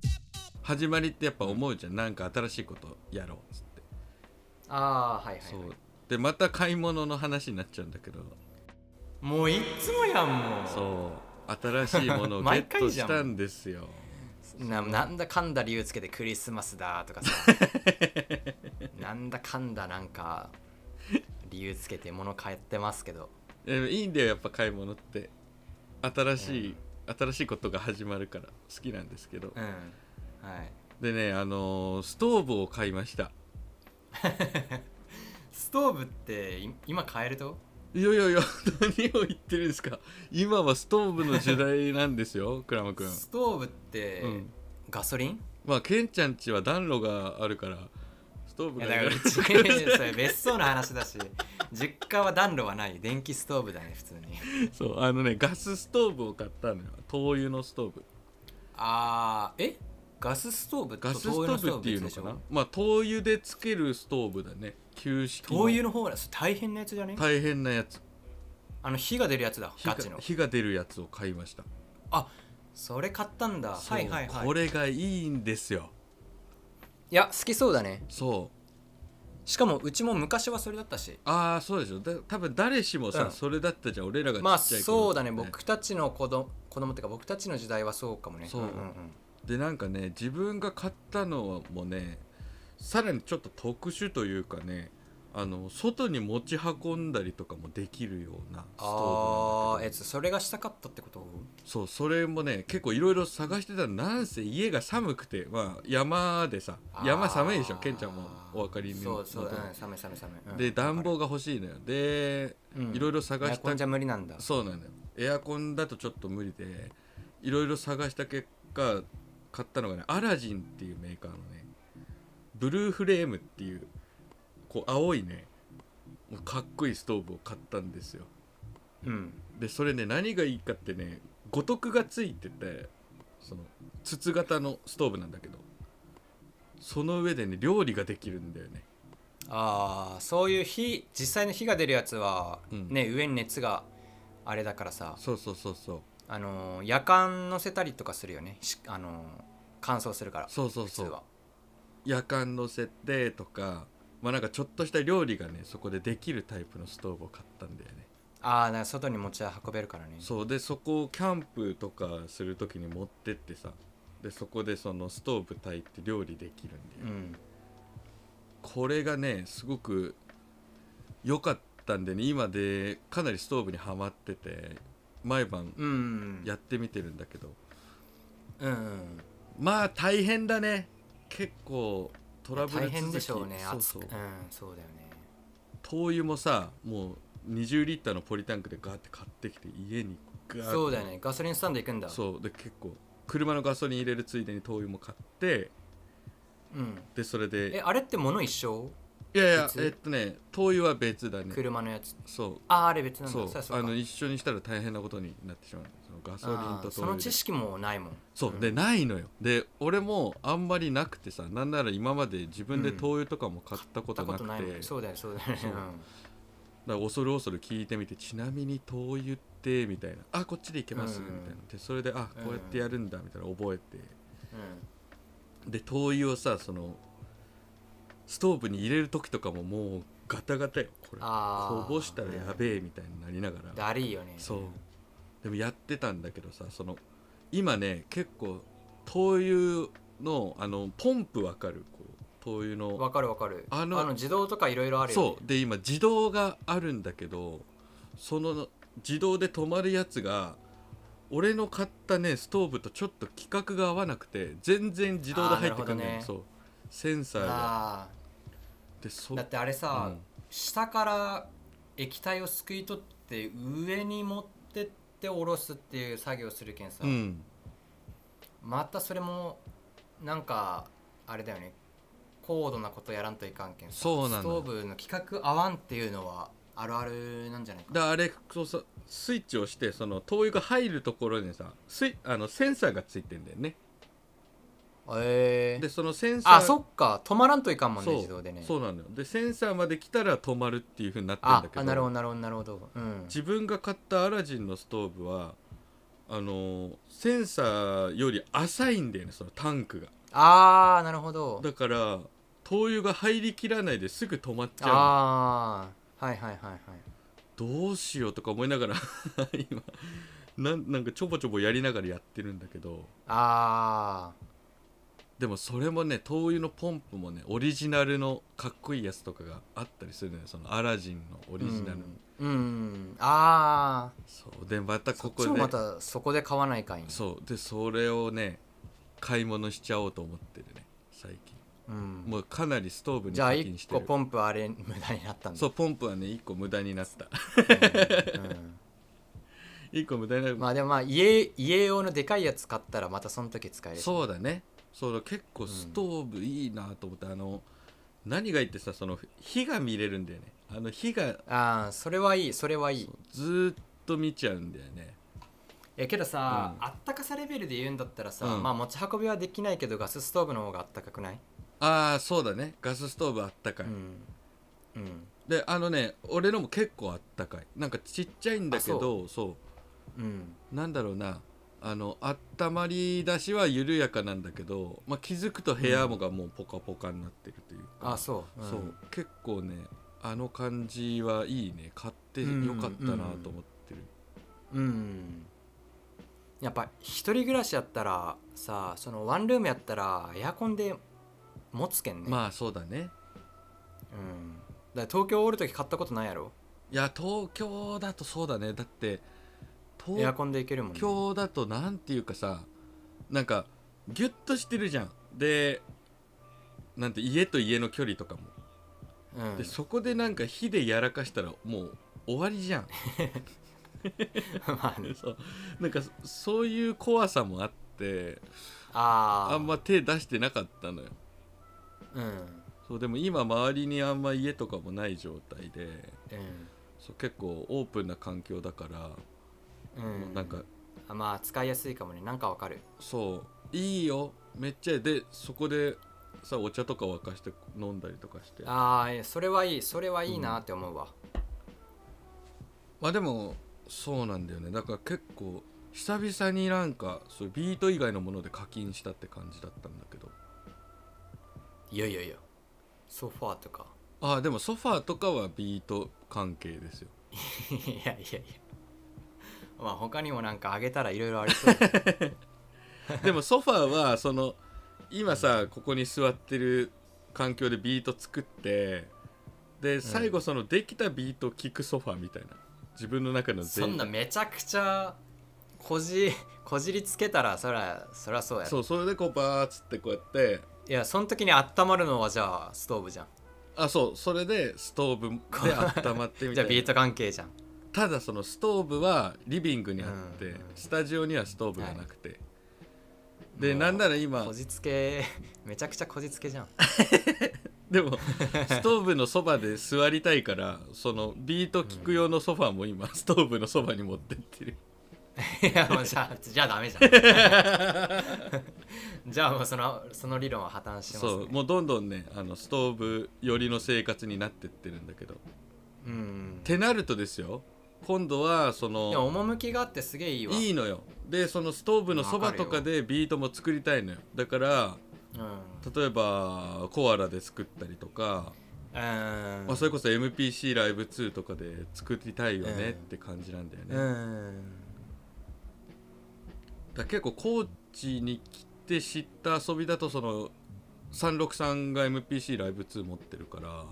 Speaker 1: 始まりってやっぱ思うじゃんなんか新しいことやろうっつって
Speaker 2: ああはいはい、はい、
Speaker 1: そうでまた買い物の話になっちゃうんだけど
Speaker 2: もういっつもやんもう
Speaker 1: そう新しいものをゲッ
Speaker 2: *laughs* 毎
Speaker 1: ト
Speaker 2: 回じ
Speaker 1: し
Speaker 2: ゃん
Speaker 1: たんですよ
Speaker 2: ななんだかんだ理由つけてクリスマスだとか *laughs* さなんだかんだなんか理由つけて物買ってますけど
Speaker 1: でもいいんだよやっぱ買い物って新しい、新しいことが始まるから好きなんですけど
Speaker 2: うんはい
Speaker 1: でねあのーストーブを買いました
Speaker 2: ストーブってい今買えると
Speaker 1: いやいや *laughs* いや何を言ってるんですか今はストーブの時代なんですよクラマくん
Speaker 2: ストーブって、
Speaker 1: うん
Speaker 2: ガソリン
Speaker 1: まあケンちゃんちは暖炉があるからストーブ
Speaker 2: い
Speaker 1: が
Speaker 2: や *laughs*
Speaker 1: い
Speaker 2: だから
Speaker 1: な
Speaker 2: う
Speaker 1: い
Speaker 2: ちそれ別荘の話だし実家は暖炉はない電気ストーブだね普通に
Speaker 1: *laughs* そうあのねガスストーブを買ったのよ灯油のストーブ
Speaker 2: あーえガスストーブと
Speaker 1: ガスストーブっていうのかなまあ灯油でつけるストーブだね旧式
Speaker 2: 灯油の方が大変なやつじゃね
Speaker 1: 大変なやつ
Speaker 2: あの火が出るやつだ
Speaker 1: 火
Speaker 2: ガ
Speaker 1: が
Speaker 2: チの
Speaker 1: 火が出るやつを買いました
Speaker 2: あそれ買ったんだ
Speaker 1: そう
Speaker 2: はいはいはい
Speaker 1: これがいいんですよ
Speaker 2: いや好きそうだね
Speaker 1: そう
Speaker 2: しかもうちも昔はそれだったし
Speaker 1: ああそうでしょだ多分誰しもさ、
Speaker 2: うん
Speaker 1: それだったじゃん俺らがちっちゃい頃、
Speaker 2: まあそうだね僕たちの子供子供っていうか僕たちの時代はそうかもね
Speaker 1: そうん
Speaker 2: んん
Speaker 1: でなんかね自分が買ったのもねさらにちょっと特殊というかねあの外に持ち運んだりとかもできるようなストーブなん
Speaker 2: ああ
Speaker 1: だけど
Speaker 2: えつそれがしたかったってこと
Speaker 1: そうそれもね結構いろいろ探してたのなんせ家が寒くて、まあ、山でさ山寒いでしょケンちゃんもお分かりに
Speaker 2: そうそう、
Speaker 1: のと
Speaker 2: うん、寒い寒い寒い、うん
Speaker 1: で暖房が欲しいのよで
Speaker 2: うん
Speaker 1: いろいろ探
Speaker 2: エア
Speaker 1: し
Speaker 2: コ
Speaker 1: た
Speaker 2: ンじゃ無理なんだ
Speaker 1: そうなのよエアコンだとちょっと無理でいろいろ探した結果買ったのがねアラジンっていうメーカーのねブルーフレームっていうこう青いねもうかっこいいストーブを買ったんですよ
Speaker 2: うん
Speaker 1: でそれね何がいいかってね五徳がついててその筒型のストーブなんだけどその上でね料理ができるんだよね
Speaker 2: ああそういう火実際の火が出るやつは、
Speaker 1: うん
Speaker 2: ね上に熱があれだからさ
Speaker 1: そうそうそうそう
Speaker 2: あのー夜間乗せたりとかするよねしあのー乾燥するから
Speaker 1: そうそうそ
Speaker 2: 普
Speaker 1: う
Speaker 2: 通は
Speaker 1: 夜間の設定とかまあなんかちょっとした料理がねそこでできるタイプのストーブを買ったんだよね
Speaker 2: ああ外に持ち運べるからね
Speaker 1: そうでそこをキャンプとかする時に持ってってさでそこでそのストーブ炊いて料理できるんだよ、
Speaker 2: ん
Speaker 1: これがねすごく良かったんでね今でかなりストーブにはまってて毎晩
Speaker 2: うん
Speaker 1: やってみてるんだけど、
Speaker 2: うんうん
Speaker 1: まあ大変だね結構トラブル続
Speaker 2: 大
Speaker 1: き
Speaker 2: 変でしょうね
Speaker 1: そう
Speaker 2: 暑
Speaker 1: そ
Speaker 2: く
Speaker 1: う
Speaker 2: うんそうだよね
Speaker 1: 灯油もさもう20リッターのポリタンクでガーって買ってきて家にガーッて
Speaker 2: そうだよねガソリンスタンド行くんだう、
Speaker 1: そうで結構車のガソリン入れるついでに灯油も買って
Speaker 2: ん、
Speaker 1: でそれ
Speaker 2: え
Speaker 1: で
Speaker 2: あれって物一緒
Speaker 1: いやいや
Speaker 2: 別
Speaker 1: えっとね灯油は別だね
Speaker 2: 車のやつ
Speaker 1: そ
Speaker 2: あああれ別
Speaker 1: う
Speaker 2: なんだ
Speaker 1: そう
Speaker 2: さ
Speaker 1: あ
Speaker 2: か
Speaker 1: の一緒にしたら大変なことになってしまうそのガソリン
Speaker 2: あ
Speaker 1: と灯
Speaker 2: ーその
Speaker 1: 油で
Speaker 2: 知識もないもん
Speaker 1: そうで
Speaker 2: ん
Speaker 1: ないのよで俺もあんまりなくてさなんなら今まで自分で灯油とかも買ったこ
Speaker 2: 買
Speaker 1: と
Speaker 2: った
Speaker 1: なく
Speaker 2: こ
Speaker 1: て
Speaker 2: とないもんそうだよそうだよね
Speaker 1: そうだから恐る恐る聞いてみてちなみに灯油ってみたいなあこっちで行けます、
Speaker 2: うん
Speaker 1: みたいなでそれであこうやってやるんだみたいな覚えて
Speaker 2: う
Speaker 1: で灯油をさそのストーブに入れる時とかももうガタガタよこれ
Speaker 2: あー
Speaker 1: こぼしたらやべえみたいになりなが
Speaker 2: ん
Speaker 1: ら
Speaker 2: だりいよね
Speaker 1: そうでもやってたんだけどさその今ね結構灯油のあのポンプわかるこう灯油の
Speaker 2: わかるわかる
Speaker 1: あ
Speaker 2: あ
Speaker 1: の
Speaker 2: の自動とかいろいろあるよね
Speaker 1: そうで今自動があるんだけどその自動で止まるやつが俺の買ったねストーブとちょっと規格が合わなくて全然自動で入ってくんない
Speaker 2: あーなるほどね
Speaker 1: そうセンサーが
Speaker 2: あ
Speaker 1: でそ
Speaker 2: ーだってあれさ、
Speaker 1: うん
Speaker 2: 下から液体をすくい取って上に持ってって下ろすっていう作業するけんさ、
Speaker 1: うん
Speaker 2: またそれもなんかあれだよね高度なことやらんといかんけんさ
Speaker 1: そうなの
Speaker 2: ストーブの規格合わんっていうのはあるあるなんじゃないか
Speaker 1: だあれそうさスイッチを押してその灯油が入るところにさスイあのセンサーがついてんだよね
Speaker 2: え
Speaker 1: でそのセンサー
Speaker 2: あそっか止まらんといかんもんね
Speaker 1: そう
Speaker 2: 自動でね
Speaker 1: そうなのよでセンサーまで来たら止まるっていうふうになってるんだ
Speaker 2: あ
Speaker 1: けど
Speaker 2: あなるほどなるほどなるほどうん
Speaker 1: 自分が買ったアラジンのストーブはあのーセンサーより浅いんだよねそのタンクが
Speaker 2: ああなるほど
Speaker 1: だから灯油が入りきらないですぐ止まっちゃう
Speaker 2: ああはいはいはいはい
Speaker 1: どうしようとか思いながら *laughs* 今なんなんかちょぼちょぼやりながらやってるんだけど
Speaker 2: あ
Speaker 1: でもそれもね灯油のポンプもねオリジナルのかっこいいやつとかがあったりするのよそのアラジンのオ
Speaker 2: オ
Speaker 1: リジナルの、
Speaker 2: うん、うん、ああ
Speaker 1: そうでまた
Speaker 2: そ
Speaker 1: こ
Speaker 2: っ
Speaker 1: こ
Speaker 2: ち
Speaker 1: で
Speaker 2: もまたそこで買わないかい
Speaker 1: そうでそれをね買い物しちゃおうと思ってるね最近
Speaker 2: う、ん、
Speaker 1: もうかなりストーブに
Speaker 2: じゃあ
Speaker 1: 課金
Speaker 2: 一
Speaker 1: してる
Speaker 2: 個ポンプあれ無駄になったんだ
Speaker 1: そうポンプはね1個無駄になった *laughs*
Speaker 2: うん
Speaker 1: 1個無駄にな
Speaker 2: う
Speaker 1: る、
Speaker 2: んまあでもまあ家家用のでかいやつ買ったらまたその時使えるし
Speaker 1: そうだねそうだ結構ストーブいいなと思って、あの何がいいってさその火が見れるんだよねあの火が
Speaker 2: ああそれはいいそれはいい
Speaker 1: ずーっと見ちゃうんだよね
Speaker 2: えけどさ、
Speaker 1: うん
Speaker 2: あったかさレベルで言うんだったらさ、
Speaker 1: うん
Speaker 2: まあ持ち運びはできないけどガスストーブの方があったかくない、
Speaker 1: ああそうだねガスストーブあったかい、
Speaker 2: うんうん
Speaker 1: であのね俺のも結構あったかいなんかちっちゃいんだけど
Speaker 2: あ
Speaker 1: そう
Speaker 2: うん
Speaker 1: なんだろうなあの温まり出しは緩やかなんだけど、まあ、気づくと部屋もがもうポカポカになってるというか、
Speaker 2: あそう、ん
Speaker 1: そう結構ねあの感じはいいね買ってよかったなと思ってる、
Speaker 2: うんやっぱ一人暮らしやったらさそのワンルームやったらエアコンで持つけんね、
Speaker 1: まあそうだね
Speaker 2: うん、だから東京おる時買ったことないやろ
Speaker 1: いや東京だとそうだねだって
Speaker 2: エ
Speaker 1: 東
Speaker 2: アコンでいけるもん、ね、
Speaker 1: 京だとなんていうかさなんかギュッとしてるじゃんでなんて家と家の距離とかも、
Speaker 2: うん
Speaker 1: でそこでなんか火でやらかしたらもう終わりじゃん
Speaker 2: *laughs* まあね
Speaker 1: そうなんかそそういう怖さもあって
Speaker 2: あー
Speaker 1: あんま手出してなかったのよ
Speaker 2: うん、うん、
Speaker 1: そうでも今周りにあんま家とかもない状態でそう結構オープンな環境だから、
Speaker 2: うん
Speaker 1: なんか
Speaker 2: あまあ使いやすいかもねなんかわかる
Speaker 1: そういいよめっちゃいいでそこでさお茶とか沸かして飲んだりとかしてま
Speaker 2: ああそれはいいそれはいいなって思うわ、
Speaker 1: あでもそうなんだよねだから結構久々になんかそういうビート以外のもので課金したって感じだったんだけど
Speaker 2: いやいやいやソファーとか *laughs*
Speaker 1: ああでもソファーとかはビート関係ですよ
Speaker 2: いやいやいやまあ他にもなんかあげたらいろいろありそうだけど
Speaker 1: でもソファーはその今さここに座ってる環境でビート作ってで最後そのできたビートを聴くソファーみたいな自分の中の
Speaker 2: そ
Speaker 1: 全
Speaker 2: んなめちゃくちゃこじこじりつけたらそらそらそうやろ
Speaker 1: そうそれでこうバーッつってこうやって
Speaker 2: いやその時に温まるのはじゃあストーブじゃん
Speaker 1: あそうそれでストー
Speaker 2: *laughs*
Speaker 1: ブで温まってみた
Speaker 2: じ
Speaker 1: いな
Speaker 2: ゃあビート関係じゃん
Speaker 1: ただそのストーブはリビングにあって、
Speaker 2: うん
Speaker 1: スタジオにはストーブがなくて、
Speaker 2: も
Speaker 1: で
Speaker 2: う
Speaker 1: なんなら今
Speaker 2: こじつけめちゃくちゃこじつけ
Speaker 1: *laughs*
Speaker 2: じゃん
Speaker 1: でもストーブのそばで座りたいからそのビート聞く用のソファーも今ストーブのそばに持ってってる
Speaker 2: いやもうじゃあじゃあダメじゃ
Speaker 1: *laughs*
Speaker 2: んじゃあもうそのその理論は破綻してます、ね、
Speaker 1: そうもうどんどんねあのストーブ寄りの生活になってってるんだけどっ
Speaker 2: うん
Speaker 1: てなるとですよ今度はそ
Speaker 2: でも
Speaker 1: の
Speaker 2: 趣があってすげえいいわ
Speaker 1: いいのよでそのストーブのそばとかでビートも作りたいのよだから
Speaker 2: うん、
Speaker 1: 例えばコアラで作ったりとか、
Speaker 2: うん
Speaker 1: まあ、それこそ MPC ライブ2とかで作りたいよねって感じなんだよね、
Speaker 2: う
Speaker 1: だか
Speaker 2: ん
Speaker 1: ら結構高知に来て知った遊びだとその363が MPC ライブ2持ってるから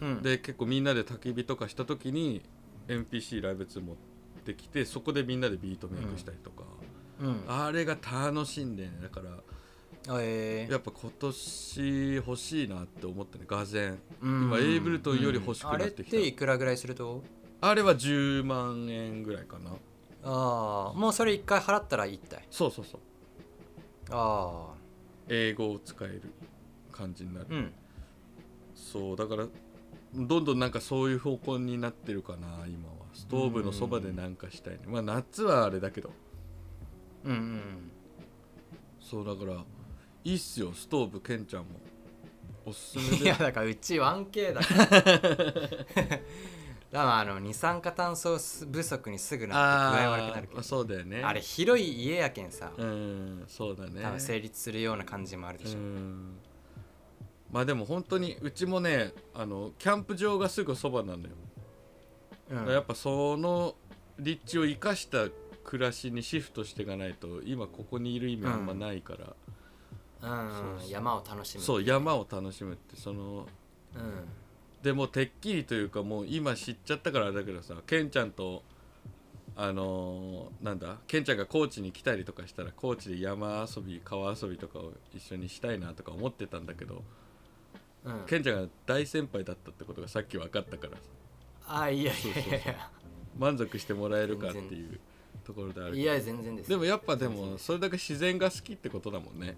Speaker 2: うん
Speaker 1: で結構みんなで焚き火とかした時に MPC ライブ2持ってきてそこでみんなでビートメイクしたりとか、
Speaker 2: うん
Speaker 1: あれが楽しいんだよねだから
Speaker 2: えー
Speaker 1: やっぱ今年欲しいなって思ったねがぜん
Speaker 2: うん
Speaker 1: 今エイブルトンより欲しくなってきた
Speaker 2: うんあれっていくらぐらいすると
Speaker 1: あれは10万円ぐらいかな
Speaker 2: ああもうそれ一回払ったら一体
Speaker 1: そうそうそう
Speaker 2: ああ
Speaker 1: 英語を使える感じになる、
Speaker 2: うん
Speaker 1: そうだからどんどんなんかそういう方向になってるかな今はストーブのそばでなんかしたいね、まあ夏はあれだけど
Speaker 2: うんうん
Speaker 1: そうだからいいっすよストーブケンちゃんもおすす
Speaker 2: うん
Speaker 1: め
Speaker 2: *laughs* い
Speaker 1: で
Speaker 2: やだからうち 1K だから *laughs* だからあの二酸化炭素不足にすぐなって具合悪くなるけ
Speaker 1: まあ
Speaker 2: ど
Speaker 1: そうだよね
Speaker 2: あれ広い家やけんさ、
Speaker 1: うんそうだね
Speaker 2: 多分成立するような感じもあるでしょ、
Speaker 1: うんまあでも本当にうちもねあのキャンプ場がすぐそばなのよ
Speaker 2: うん
Speaker 1: やっぱその立地を生かした暮らしにシフトしていかないと今ここにいる意味あんまないから、
Speaker 2: うんうん
Speaker 1: そうそう
Speaker 2: 山を楽しむ
Speaker 1: そう山を楽しむってその
Speaker 2: うん
Speaker 1: でもてっきりというかもう今知っちゃったからあれだけどさケンちゃんとあのーなんだケンちゃんが高知に来たりとかしたら高知で山遊び川遊びとかを一緒にしたいなとか思ってたんだけど、
Speaker 2: うん、
Speaker 1: ケンちゃんが大先輩だったってことがさっき分かったから
Speaker 2: あいやいやいやい
Speaker 1: 満足してもらえるかっていうところであ
Speaker 2: や
Speaker 1: る
Speaker 2: いや全然です
Speaker 1: でもやっぱでもそれだけ自然が好きってことだもんね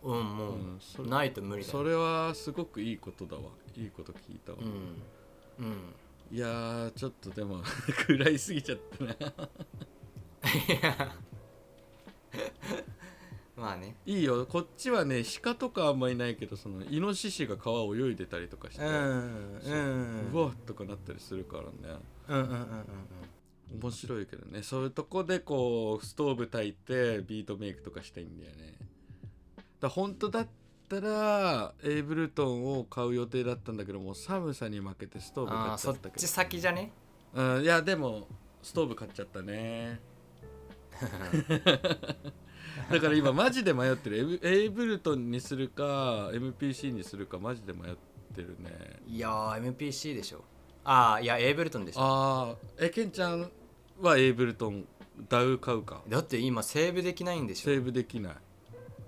Speaker 2: うんもう、
Speaker 1: うんそれ
Speaker 2: ないと無理だ
Speaker 1: そ
Speaker 2: よ
Speaker 1: れはすごくいいことだわいいこと聞いたわ、
Speaker 2: うんうん
Speaker 1: いやーちょっとでも *laughs* 暗いすぎちゃったない
Speaker 2: やまあね
Speaker 1: いいよこっちはね鹿とかあんまりないけどそのイノシシが川を泳いでたりとかして、
Speaker 2: ん
Speaker 1: そううわっとかなったりするからね
Speaker 2: うんうんうんうんうん
Speaker 1: 面白いけどねそういうとこでこうストーブ炊いてビートメイクとかしたいんだよねだ本当だったらエイブルトンを買う予定だったんだけどもう寒さに負けてストーブ買
Speaker 2: ああ
Speaker 1: っちゃ
Speaker 2: そ
Speaker 1: っ
Speaker 2: った
Speaker 1: け
Speaker 2: ち
Speaker 1: ど
Speaker 2: 先じゃね
Speaker 1: うんいやでもストーブ買っちゃった
Speaker 2: *laughs*
Speaker 1: ねだから今マジで迷ってるエブエイブルトンにするか MPC にするかマジで迷ってるね
Speaker 2: いやー MPC でしょああいやエイブルトンでしょ
Speaker 1: ああえケンちゃんはエイブルトンダウ買うか
Speaker 2: だって今セーブできないんでしょ
Speaker 1: セーブできない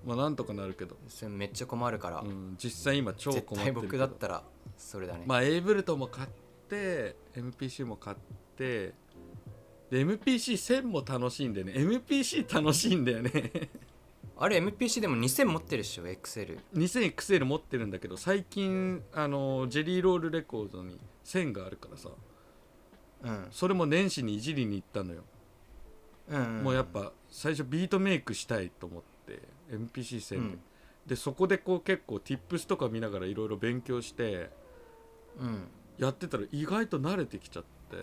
Speaker 1: まあなんとかなるけど、
Speaker 2: それめっちゃ困るから、
Speaker 1: うん、実際今超困っ
Speaker 2: 絶
Speaker 1: てる
Speaker 2: 対
Speaker 1: けど
Speaker 2: 僕だったらそれだね、
Speaker 1: まあエイブルトンも買って MPC も買ってで MPC1000 も楽しいんだよね MPC 楽しいんだよね
Speaker 2: あれ MPC でも2000持ってるっしょ XL
Speaker 1: 2000XL 持ってるんだけど最近あのジェリーロールレコードに1000があるからさ
Speaker 2: うん、
Speaker 1: それも年始にいじりに行ったのよ、
Speaker 2: うん、
Speaker 1: もうやっぱ最初ビートメイクしたいと思って MPC1000 で、
Speaker 2: うん
Speaker 1: でそこでこう結構 Tips とか見ながらいろいろ勉強して
Speaker 2: うん
Speaker 1: やってたら意外と慣れてきちゃって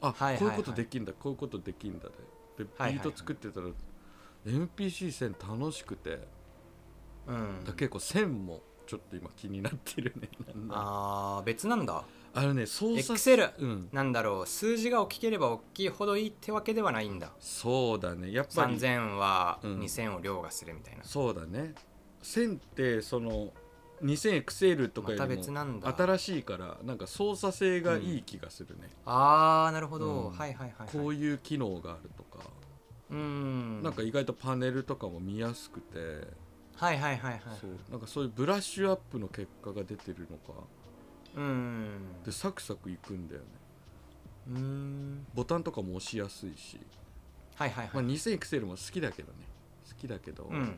Speaker 1: あ、
Speaker 2: はいはいはい
Speaker 1: こういうことできんだこういうことできんだでで
Speaker 2: はいはい
Speaker 1: ビート作ってたら、MPC 線楽しくてだ
Speaker 2: うん
Speaker 1: から結構線もちょっと今気になってるねなんだ
Speaker 2: あー別なんだ
Speaker 1: あのね操作
Speaker 2: Excel
Speaker 1: うん
Speaker 2: なんだろう数字が大きければ大きいほどいいってわけではないんだ
Speaker 1: そうだねやっぱり
Speaker 2: 3000は
Speaker 1: うん
Speaker 2: 2000を凌駕するみたいな、
Speaker 1: そうだね線ってその 2000XL とかよ
Speaker 2: また
Speaker 1: り
Speaker 2: 別
Speaker 1: も
Speaker 2: なんだ
Speaker 1: 新しいからなんか操作性がいい気がするね、
Speaker 2: あーなるほど、
Speaker 1: うん
Speaker 2: はいはいはい、はい、
Speaker 1: こういう機能があるとか、
Speaker 2: うん
Speaker 1: なんか意外とパネルとかも見やすくて
Speaker 2: はいはいはいはい
Speaker 1: そうなんかそういうブラッシュアップの結果が出てるのか
Speaker 2: うん
Speaker 1: でサクサクいくんだよね
Speaker 2: うん
Speaker 1: ボタンとかも押しやすいし、
Speaker 2: はいはいは
Speaker 1: ま
Speaker 2: い、
Speaker 1: あ、2000XL も好きだけどね好きだけど、
Speaker 2: うんうん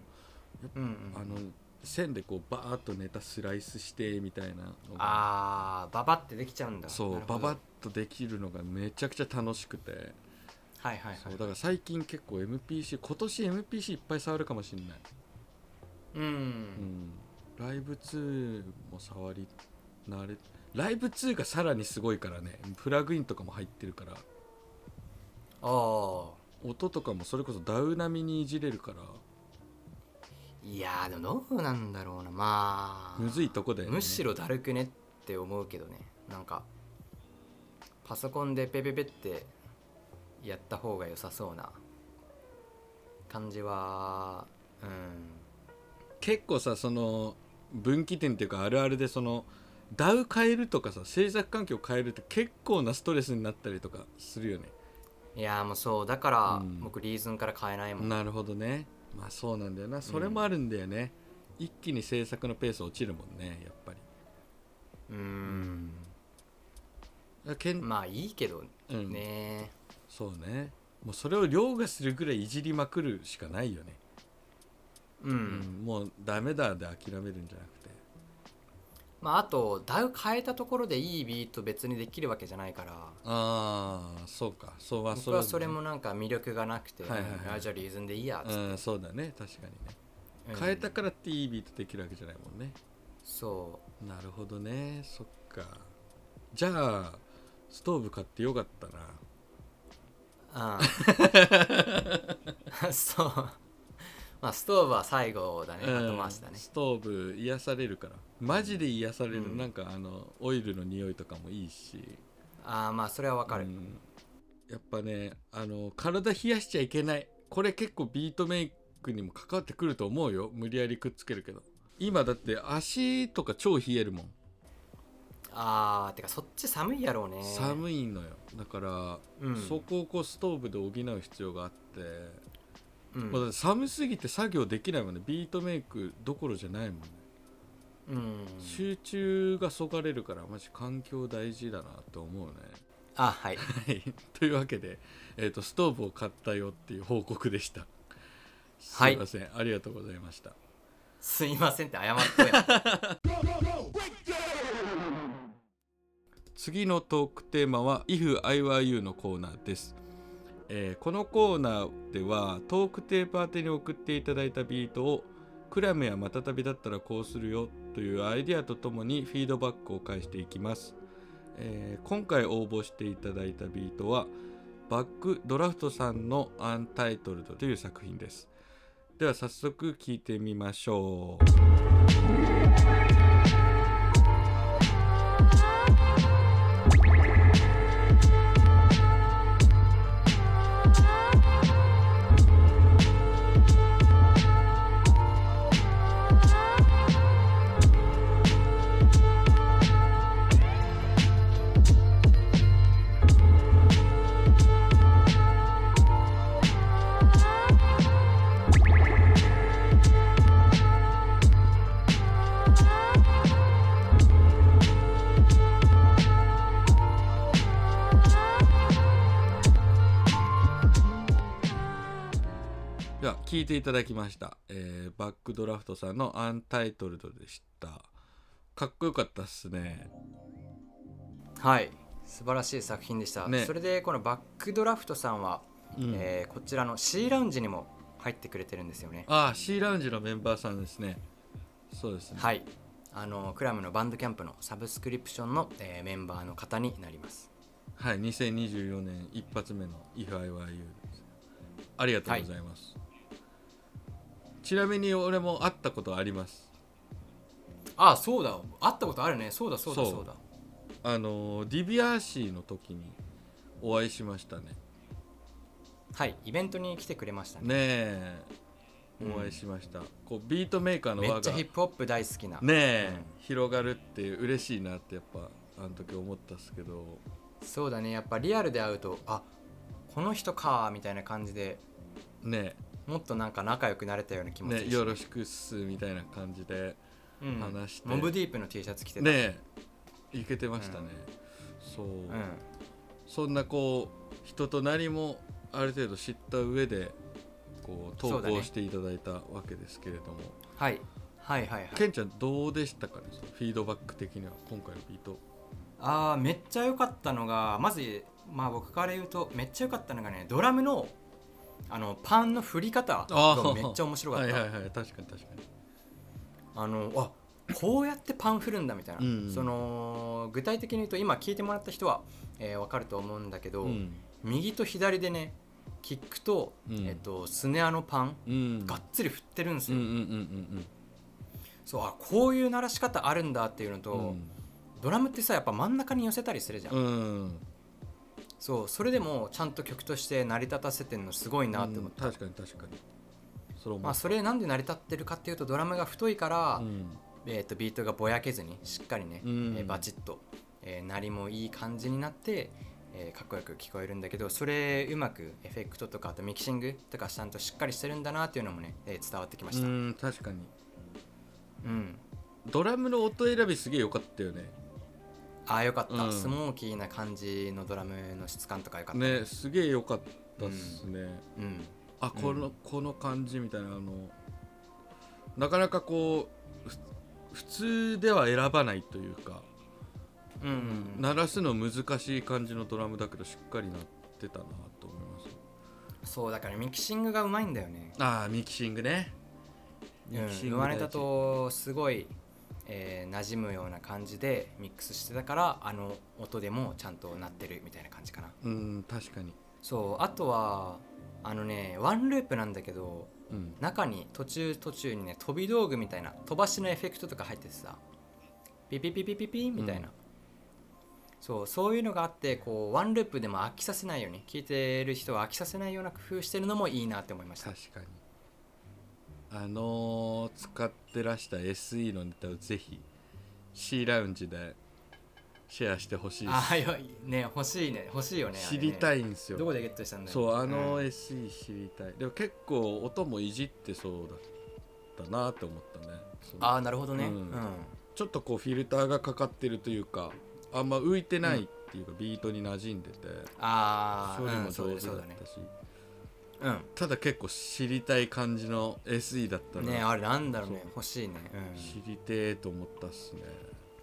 Speaker 2: うん
Speaker 1: あの線でこうバーッとネタスライスしてみたいなのが
Speaker 2: あーババってできちゃうんだ
Speaker 1: そう
Speaker 2: なるほ
Speaker 1: バ
Speaker 2: ど
Speaker 1: バッとできるのがめちゃくちゃ楽しくて
Speaker 2: はいはい
Speaker 1: そ
Speaker 2: は
Speaker 1: う
Speaker 2: い
Speaker 1: だから最近結構 MPC 今年 MPC いっぱい触るかもしれない、
Speaker 2: うん、
Speaker 1: うん、ライブ2も触り慣れライブ2がさらにすごいからねプラグインとかも入ってるから
Speaker 2: あ
Speaker 1: 音とかもそれこそダウ並みにいじれるから
Speaker 2: あいやーでもどうなんだろうなまあ
Speaker 1: むずいとこだよね
Speaker 2: むしろだるくねって思うけどねなんかパソコンでペペペってやった方が良さそうな感じはうん
Speaker 1: 結構さその分岐点っていうかあるあるでそのダウ変えるとかさ制作環境変えるって結構なストレスになったりとかするよね
Speaker 2: いやーもうそうだから
Speaker 1: うん
Speaker 2: 僕リーズンから変えないもん、
Speaker 1: なるほどねまあそうなんだよなそれもあるんだよね、一気に制作のペース落ちるもんねやっぱり
Speaker 2: うーん
Speaker 1: あけん、
Speaker 2: まあいいけど
Speaker 1: うん
Speaker 2: ね
Speaker 1: そうねもうそれを凌駕するぐらいいじりまくるしかないよね、
Speaker 2: うん、
Speaker 1: うんもうダメだで諦めるんじゃなくて
Speaker 2: まああとだいぶ変えたところでいいビート別にできるわけじゃないから
Speaker 1: ああそうかそうは
Speaker 2: 僕はそれもなんか魅力がなくて、
Speaker 1: はいはいはい
Speaker 2: あじゃあリーズンでいいやつっ
Speaker 1: う
Speaker 2: て
Speaker 1: んそうだね確かにね
Speaker 2: うん
Speaker 1: 変えたからっていいビートできるわけじゃないもんね、
Speaker 2: そ
Speaker 1: なるほどねそっかじゃあストーブ買ってよかったな
Speaker 2: う
Speaker 1: *laughs*
Speaker 2: うんそうまあストーブは最後だね
Speaker 1: うん
Speaker 2: 後回しだね
Speaker 1: ストーブ癒されるからマジで癒される、
Speaker 2: うん
Speaker 1: なんかあのオイルの匂いとかもいいし
Speaker 2: ああまあそれはわかる、
Speaker 1: うんやっぱねあの体冷やしちゃいけないこれ結構ビートメイクにも関わってくると思うよ無理やりくっつけるけど今だって足とか超冷えるもん
Speaker 2: ああてかそっち寒いやろうね
Speaker 1: 寒いのよだから、
Speaker 2: うん
Speaker 1: そこをこうストーブで補う必要があって、
Speaker 2: うん、
Speaker 1: まあだって寒すぎて作業できないもんねビートメイクどころじゃないもんね、
Speaker 2: うん
Speaker 1: 集中がそがれるからマジ環境大事だなと思うね
Speaker 2: あはい
Speaker 1: はい *laughs* というわけで、えー、とストーブを買ったよっていう報告でした
Speaker 2: はい
Speaker 1: すいませんありがとうございました
Speaker 2: すいませんって謝っとや
Speaker 1: 次のトークテーマは「If I Were You」のコーナーです、えーこのコーナーではトークテーマ宛てに送っていただいたビートを「クラムやマタタビだったらこうするよ」というアイディアとともにフィードバックを返していきます、えー今回応募していただいたビートはバックドラフトさんの「アンタイトルド」という作品ですでは早速聞いてみましょうでは聞いていただきました、えーバックドラフトさんのアンタイトルドでしたかっこよかったっすね
Speaker 2: はい素晴らしい作品でした、
Speaker 1: ね
Speaker 2: それでこのバックドラフトさんは、
Speaker 1: うん
Speaker 2: えーこちらの C ラウンジにも入ってくれてるんですよね
Speaker 1: ああ C ラウンジのメンバーさんですねそうですね
Speaker 2: はいあのクラムのバンドキャンプのサブスクリプションの、えーメンバーの方になります
Speaker 1: はい2024年一発目の If I Were You ですありがとうございます、ちなみに俺も会ったことあります
Speaker 2: あそうだ会ったことあるねそうだそうだ
Speaker 1: そう
Speaker 2: そうだ
Speaker 1: あのーディビアーシーの時にお会いしましたね
Speaker 2: はいイベントに来てくれましたね
Speaker 1: ねえ
Speaker 2: うん
Speaker 1: お会いしました、こうビートメーカーの
Speaker 2: めっ
Speaker 1: 輪
Speaker 2: ちゃ
Speaker 1: が
Speaker 2: ヒップホップ大好きな、
Speaker 1: ねえ、
Speaker 2: うん
Speaker 1: 広がるって嬉しいなってやっぱあの時思ったっすけど
Speaker 2: そうだねやっぱリアルで会うとあこの人かみたいな感じで
Speaker 1: ね
Speaker 2: もっとなんか仲良くなれたような気
Speaker 1: え
Speaker 2: 持ち
Speaker 1: ね
Speaker 2: でし
Speaker 1: よ
Speaker 2: た
Speaker 1: ろしくっすみたいな感じで
Speaker 2: うん
Speaker 1: 話して
Speaker 2: モブディープの T シャツ着てた、
Speaker 1: ねえいけてましたね、そう、
Speaker 2: うん、
Speaker 1: そんなこう人となりもある程度知った上でこう
Speaker 2: そ
Speaker 1: 投
Speaker 2: うだね
Speaker 1: 稿していただいたわけですけれども、
Speaker 2: はいはいはいはい
Speaker 1: ケンちゃんどうでしたかねそのフィードバック的には今回のビート
Speaker 2: あーめっちゃ良かったのがまず、まあ、僕から言うとめっちゃ良かったのがねドラムのあのパンの振り方がめっちゃ面白かったあ,、
Speaker 1: はいはいはい確かに確かに
Speaker 2: のあこうやってパン振るんだみたいな、
Speaker 1: うんうん
Speaker 2: その具体的に言うと今聞いてもらった人は、えー、分かると思うんだけど、
Speaker 1: うん
Speaker 2: 右と左でねキックと,、
Speaker 1: うん
Speaker 2: えっとスネアのパン
Speaker 1: うん
Speaker 2: がっつり振ってるんです
Speaker 1: うん
Speaker 2: よ、
Speaker 1: うんうんうん
Speaker 2: そうあこういう鳴らし方あるんだっていうのと、ドラムってさやっぱ真ん中に寄せたりするじゃん、
Speaker 1: うんうん
Speaker 2: そうそれでもちゃんと曲として成り立たせてるのすごいなって思って、
Speaker 1: うん確かに確かにそれ思う
Speaker 2: まあ、それなんで成り立ってるかっていうとドラムが太いから、
Speaker 1: うん
Speaker 2: えー、とビートがぼやけずにしっかりね、
Speaker 1: うん
Speaker 2: えーバチッと、えー、鳴りもいい感じになって、えーかっこよく聞こえるんだけどそれうまくエフェクトとかあとミキシングとかちゃんとしっかりしてるんだなっていうのもね、えー伝わってきまし
Speaker 1: う
Speaker 2: た、うん
Speaker 1: ん確かにドラムの音選びすげえ良かったよね
Speaker 2: ああよかった、
Speaker 1: うん
Speaker 2: スモーキーな感じのドラムの質感とかよかった、
Speaker 1: ねすげえ良かったっすね、
Speaker 2: うん、
Speaker 1: あこの、
Speaker 2: うん
Speaker 1: この感じみたいなあのなかなかこうふ普通では選ばないというか、
Speaker 2: うんうんうん
Speaker 1: 鳴らすの難しい感じのドラムだけどしっかり鳴ってたなと思います
Speaker 2: そうだからミキシングがうまいんだよね
Speaker 1: ああミキシングねミキシ
Speaker 2: 生
Speaker 1: ング
Speaker 2: ま
Speaker 1: 大
Speaker 2: れ
Speaker 1: 事
Speaker 2: たとすごい、えー馴染むような感じでミックスしてたからあの音でもちゃんと鳴ってるみたいな感じかな
Speaker 1: うん確かに
Speaker 2: そうあとはあのねワンループなんだけど
Speaker 1: うん
Speaker 2: 中に途中途中にね飛び道具みたいな飛ばしのエフェクトとか入っててさピピピピピピみたいな、
Speaker 1: うん
Speaker 2: そうそういうのがあってこうワンループでも飽きさせないように聴いてる人は飽きさせないような工夫してるのもいいなって思いました
Speaker 1: 確かにあのー使ってらした SE のネタをぜひ C ラウンジでシェアしてほしいっす
Speaker 2: あはいはいね欲しいね欲しいよねあれ
Speaker 1: 知
Speaker 2: ね
Speaker 1: りたいんです
Speaker 2: ど
Speaker 1: よ、
Speaker 2: こでゲットしたんだよ
Speaker 1: そうあの
Speaker 2: ん
Speaker 1: SE 知りたい、でも結構音もいじってそうだったなって思ったねそう
Speaker 2: ああなるほどね、
Speaker 1: う
Speaker 2: うんん
Speaker 1: ちょっとこうフィルターがかかってるというかあんま浮いてないっていうか、ビートに馴染んでて
Speaker 2: ああ
Speaker 1: それも
Speaker 2: うんそう
Speaker 1: 上
Speaker 2: だ
Speaker 1: 手
Speaker 2: そ
Speaker 1: だっ
Speaker 2: うだね
Speaker 1: たし、
Speaker 2: う
Speaker 1: ただ結構知りたい感じの SE だった
Speaker 2: ん
Speaker 1: の、
Speaker 2: ねあれなんだろうね
Speaker 1: そう
Speaker 2: 欲しいね、
Speaker 1: 知りてえと思ったっすね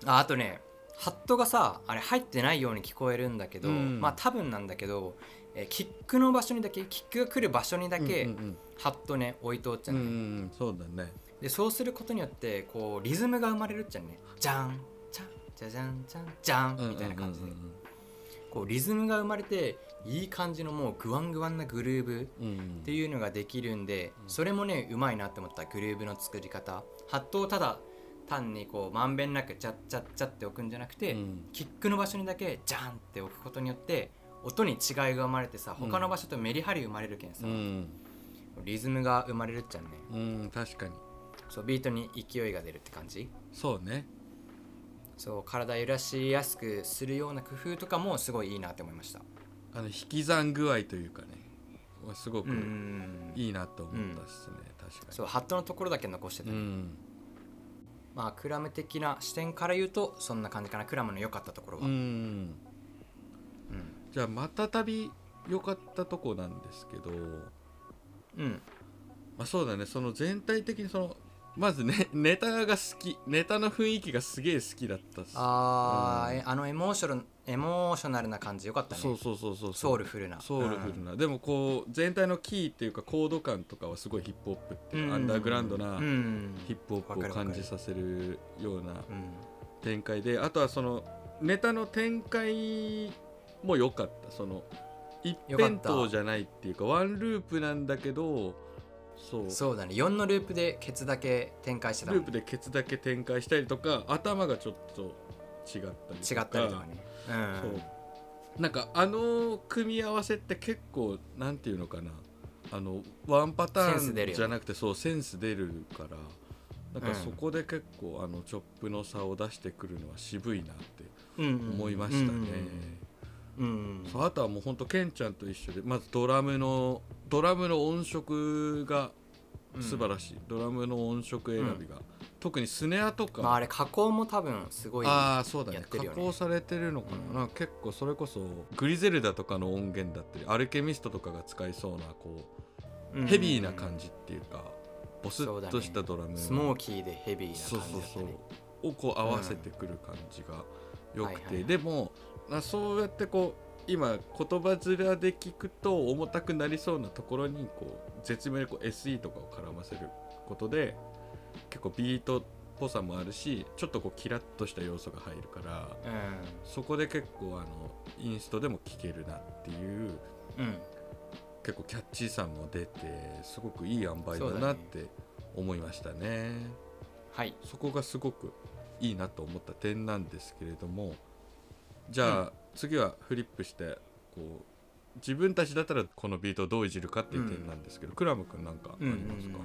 Speaker 2: うん、ああとねハットがさあれ入ってないように聞こえるんだけど、
Speaker 1: うん
Speaker 2: まあ多分なんだけど、えーキックの場所にだけキックが来る場所にだけ、
Speaker 1: うんうん
Speaker 2: ハットね置いとおっち
Speaker 1: う
Speaker 2: ゃ
Speaker 1: ん、
Speaker 2: う
Speaker 1: う
Speaker 2: ね、
Speaker 1: んうんうん、そうだね
Speaker 2: でそうすることによってこうリズムが生まれるっちゃねじゃんじゃんじゃじゃんじゃんじゃんみたいな感じで、こうリズムが生まれていい感じのもうグワングワンなグルーブ
Speaker 1: うんうんうんうん
Speaker 2: っていうのができるんでそれもねうまいなって思ったグルーブの作り方ハットをただ単にこうまんべんなくチャッチャッチャって置くんじゃなくて、
Speaker 1: うん
Speaker 2: キックの場所にだけジャンって置くことによって音に違いが生まれてさ他の場所とメリハリ生まれるけんさ、
Speaker 1: うん、
Speaker 2: リズムが生まれるっちゃね
Speaker 1: うん、確かに
Speaker 2: そうビートに勢いが出るって感じ
Speaker 1: そうね
Speaker 2: そう体揺らしやすくするような工夫とかもすごいいいなって思いました
Speaker 1: あの引き算具合というかねすごく
Speaker 2: うん
Speaker 1: いいなと思ったっすね、確かに
Speaker 2: そうハットのところだけ残してた、
Speaker 1: うん、
Speaker 2: まあクラム的な視点から言うとそんな感じかなクラムの良かったところは、
Speaker 1: う
Speaker 2: うん
Speaker 1: ん、じゃあまたたび良かったとこなんですけど、
Speaker 2: うん
Speaker 1: まあ、そうだねその全体的にそのまずねネタが好きネタの雰囲気がすげえ好きだったっす
Speaker 2: あー、
Speaker 1: うん
Speaker 2: えあのエモーショナルエモーショナルな感じ良かったね
Speaker 1: そうそうそうそう
Speaker 2: ソウルフルな
Speaker 1: ソウルフルな、でもこう全体のキーっていうかコード感とかはすごいヒップホップっていう、
Speaker 2: うん
Speaker 1: アンダーグラウンドな
Speaker 2: うん
Speaker 1: ヒップホップを感じさせるような
Speaker 2: うん
Speaker 1: 展開であとはそのネタの展開も良かったその一辺倒じゃないっていうかワンループなんだけどそう
Speaker 2: そうだね4のループでケツだけ展開してたも
Speaker 1: ル
Speaker 2: ん
Speaker 1: ープでケツだけ展開したりとか頭がちょっと違ったり
Speaker 2: 違ったりとかねうん
Speaker 1: そうなんかあの組み合わせって結構なんていうのかなあのワンパタ
Speaker 2: セン
Speaker 1: ー
Speaker 2: ス出る
Speaker 1: ン
Speaker 2: よね
Speaker 1: じゃなくてそうセンス出るからなんか
Speaker 2: うん
Speaker 1: そこで結構あのチョップの差を出してくるのは渋いなって
Speaker 2: 思
Speaker 1: 思いましたね。
Speaker 2: うんうん
Speaker 1: そうあとはもうほんとケンちゃんと一緒でまずドラムのドラムの音色が素晴らしい、ドラムの音色選びが、特にスネアとか、
Speaker 2: まああれ加工も多分すごい
Speaker 1: ああそうだね
Speaker 2: やってるよね
Speaker 1: 加工されてるのかな,、
Speaker 2: うん
Speaker 1: なんか結構それこそグリゼルダとかの音源だったりアルケミストとかが使いそうなこう、ヘビーな感
Speaker 2: じ
Speaker 1: じっていうかボスッとしたドラム、
Speaker 2: スモーキーでヘビー
Speaker 1: そう
Speaker 2: な
Speaker 1: そ
Speaker 2: 感じ
Speaker 1: う
Speaker 2: だっ
Speaker 1: そ
Speaker 2: た
Speaker 1: う
Speaker 2: ね
Speaker 1: をこう合わせてくる感じが良くて、
Speaker 2: はいはいはい
Speaker 1: でもなそうやってこう今言葉面で聞くと重たくなりそうなところにこう絶妙にこう SE とかを絡ませることで結構ビートっぽさもあるしちょっとこうキラッとした要素が入るからそこで結構あのインストでも聴けるなっていう
Speaker 2: うんうん
Speaker 1: 結構キャッチーさも出てすごくいい塩梅だなって思いましたね。
Speaker 2: はい
Speaker 1: そこがすごくいいなと思った点なんですけれどもじゃあ、次はフリップしてこう自分たちだったらこのビートをどういじるかっていう点なんですけど、クラム君なんかあ
Speaker 2: う
Speaker 1: り
Speaker 2: ん
Speaker 1: ますか、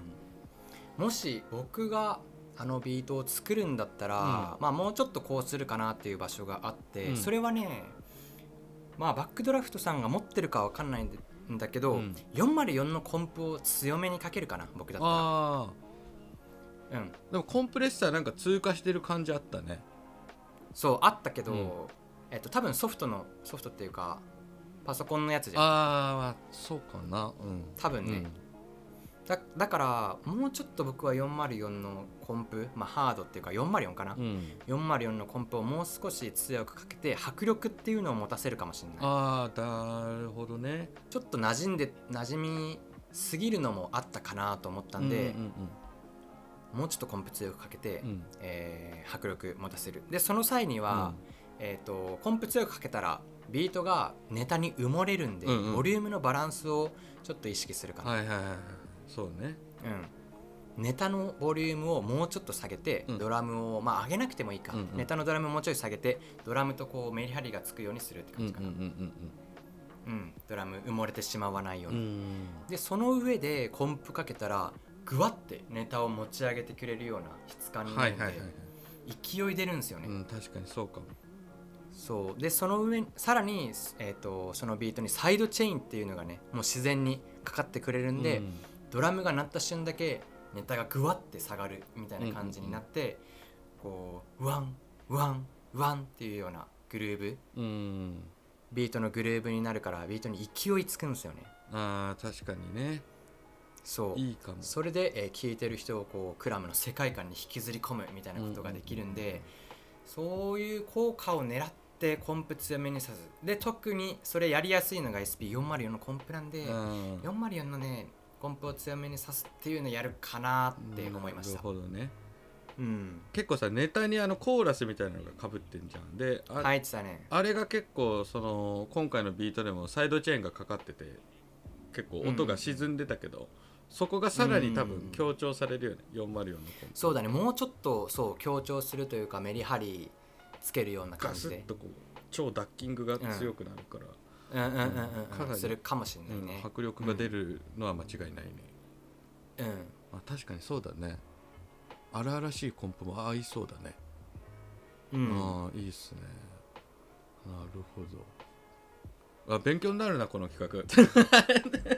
Speaker 2: もし僕があのビートを作るんだったら、まあもうちょっとこうするかなっていう場所があって、
Speaker 1: うん
Speaker 2: それはねまあバックドラフトさんが持ってるかわかんないんだんだけど、
Speaker 1: うん
Speaker 2: 404のコンプを強めにかけるかな僕だったら
Speaker 1: あ
Speaker 2: うん、
Speaker 1: あでもコンプレッサーなんか通過してる感じあったね
Speaker 2: そうあったけど、
Speaker 1: うん
Speaker 2: えっと多分ソフトのソフトっていうかパソコンのやつじゃん
Speaker 1: ああそうかなうん
Speaker 2: 多分ね、だだからもうちょっと僕は404のコンプまあハードっていうか404かな、
Speaker 1: うん、うん
Speaker 2: 404のコンプをもう少し強くかけて迫力っていうのを持たせるかもしれない
Speaker 1: ああなるほどね
Speaker 2: ちょっと馴染んで馴染みすぎるのもあったかなと思ったんで、
Speaker 1: うん
Speaker 2: もうちょっとコンプ強くかけて、
Speaker 1: うんうん
Speaker 2: えー迫力持たせるでその際には、えー、とコンプ強くかけたらビートがネタに埋もれるんで、
Speaker 1: うんうん
Speaker 2: ボリュームのバランスをちょっと意識するか
Speaker 1: うん
Speaker 2: な、
Speaker 1: はいはいはいはいそうね
Speaker 2: うん、ネタのボリュームをもうちょっと下げて、
Speaker 1: うん
Speaker 2: ドラムをまあ上げなくてもいいか、
Speaker 1: うんうん
Speaker 2: ネタのドラムをもうちょい下げてドラムとこうメリハリがつくようにするって
Speaker 1: うん
Speaker 2: 感
Speaker 1: うん
Speaker 2: じかな、うんドラム埋もれてしまわないよ
Speaker 1: うんう
Speaker 2: うん
Speaker 1: う
Speaker 2: に、
Speaker 1: ん
Speaker 2: でその上でコンプかけたらグワってネタを持ち上げてくれるような質感にな
Speaker 1: は
Speaker 2: る
Speaker 1: い
Speaker 2: ので、
Speaker 1: はいはいはい
Speaker 2: 勢い出るんですよね、
Speaker 1: うん確かにそうかも
Speaker 2: そうでその上にさらに、えー、とそのビートにサイドチェインっていうのがねもう自然にかかってくれるんで、
Speaker 1: うん
Speaker 2: ドラムが鳴った瞬だけネタがグワって下がるみたいな感じになって、こうワンワンワンっていうようなグルー
Speaker 1: う
Speaker 2: ブ
Speaker 1: ん
Speaker 2: ビートのグルーブになるからビートに勢いつくんですよね
Speaker 1: あー確かにね
Speaker 2: そう
Speaker 1: いいかも
Speaker 2: それで、えー聞いてる人をこうクラムの世界観に引きずり込むみたいなことができるんで、そういう効果を狙ってコンプ強めにさずで特にそれやりやすいのが SP404 のコンプなんで、
Speaker 1: うん
Speaker 2: 404のねコンプを強めにさすっていうのやるかなって思いまし
Speaker 1: な
Speaker 2: た
Speaker 1: る、ほどね
Speaker 2: うん、
Speaker 1: 結構さネタにあのコーラスみたいなのがかぶってんじゃんであ,、
Speaker 2: 入ってたね
Speaker 1: あれが結構その今回のビートでもサイドチェーンがかかってて結構音が沈んでたけど、そこがさらに多分強調されるよね、404のコンプ
Speaker 2: そうだねもうちょっとそう強調するというかメリハリつけるような感
Speaker 1: ガ
Speaker 2: じ
Speaker 1: スッ
Speaker 2: で
Speaker 1: とこう超ダッキングが強くなるから、
Speaker 2: うんうんうん
Speaker 1: か
Speaker 2: うん
Speaker 1: な
Speaker 2: うん
Speaker 1: り
Speaker 2: するかもしれ
Speaker 1: う
Speaker 2: ない
Speaker 1: ん
Speaker 2: ね
Speaker 1: 迫力が出るのは間違いないね、
Speaker 2: うん、
Speaker 1: あ確かにそうだね荒々しいコンプも合いそうだね、
Speaker 2: うん
Speaker 1: ああいいっすねなるほどあ勉強になるなこの企
Speaker 2: *laughs*
Speaker 1: 画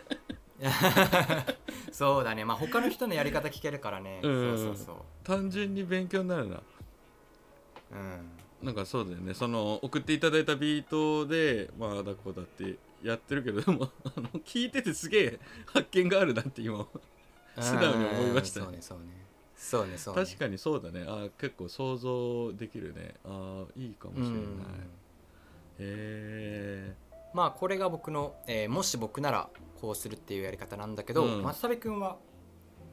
Speaker 2: そうだねまあ他の人のやり方聞けるからね、
Speaker 1: うん
Speaker 2: そうそうそ
Speaker 1: 単純に勉強になるな
Speaker 2: ううん
Speaker 1: なんかそうだよねその送っていただいたビートでまああだこうだってやってるけどでも *laughs* あの聞いててすげえ発見があるなって今素直に思いましたね
Speaker 2: うんそうねそうねそうねそうね
Speaker 1: 確かにそうだねあー結構想像できるねあーいいかもしれない、
Speaker 2: うん
Speaker 1: へえ
Speaker 2: まあこれが僕の、えーもし僕ならこうするっていうやり方なんだけど、
Speaker 1: うん
Speaker 2: 松田部君は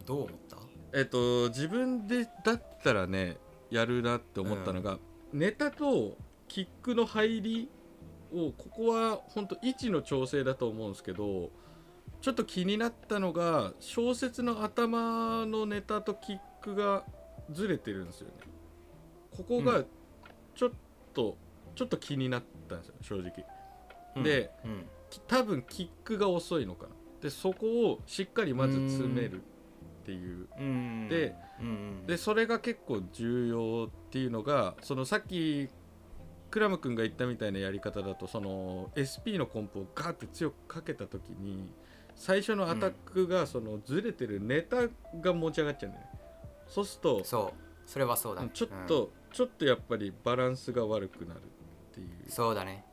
Speaker 2: どう思った
Speaker 1: えっと自分でだったらねやるなって思ったのが、ネタとキックの入りをここは本当位置の調整だと思うんですけどちょっと気になったのが小説の頭のネタとキックがずれてるんですよねここ
Speaker 2: う
Speaker 1: がちょっと、ちょっと気になったんですよ正直
Speaker 2: うん
Speaker 1: で
Speaker 2: うん
Speaker 1: き多分キックが遅いのかなでそこをしっかりまず詰めるっていう
Speaker 2: うん
Speaker 1: で
Speaker 2: うんうん
Speaker 1: でそれが結構重要っていうのがそのさっきクラム君が言ったみたいなやり方だとその SP のコンプをガーって強くかけた時に最初のアタックがそのずれてるネタが持ち上がっちゃうんだよね。そうすると
Speaker 2: そうそれはそうだ、
Speaker 1: うんちょっと、ちょっとやっぱりバランスが悪くなるっていう
Speaker 2: うんそうだね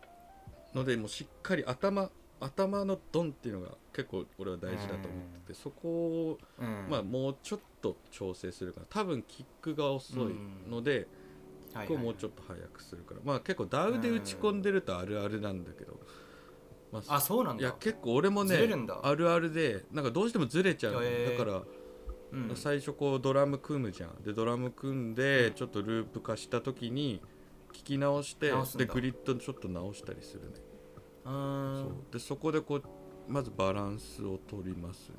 Speaker 1: のでもうしっかり頭頭のドンっていうのが結構俺は大事だと思っててそこを
Speaker 2: うん
Speaker 1: まあもうちょっと調整するから多分キックが遅いので、
Speaker 2: あ
Speaker 1: こうもうちょっと早くするから、まあ結構ダウで打ち込んでるとあるあるなんだけど、ま
Speaker 2: あそうなん
Speaker 1: い
Speaker 2: だ
Speaker 1: や結構俺もね
Speaker 2: ずれるんだ
Speaker 1: あるあるでなんかどうしてもずれちゃうの、
Speaker 2: へー
Speaker 1: だから、
Speaker 2: うん
Speaker 1: 最初こうドラム組むじゃんでドラム組んでちょっとループ化した時に聞き直して
Speaker 2: 直すんだ
Speaker 1: でグリッドちょっと直したりするね、
Speaker 2: う
Speaker 1: そうんでそこでこうまずバランスを取りますね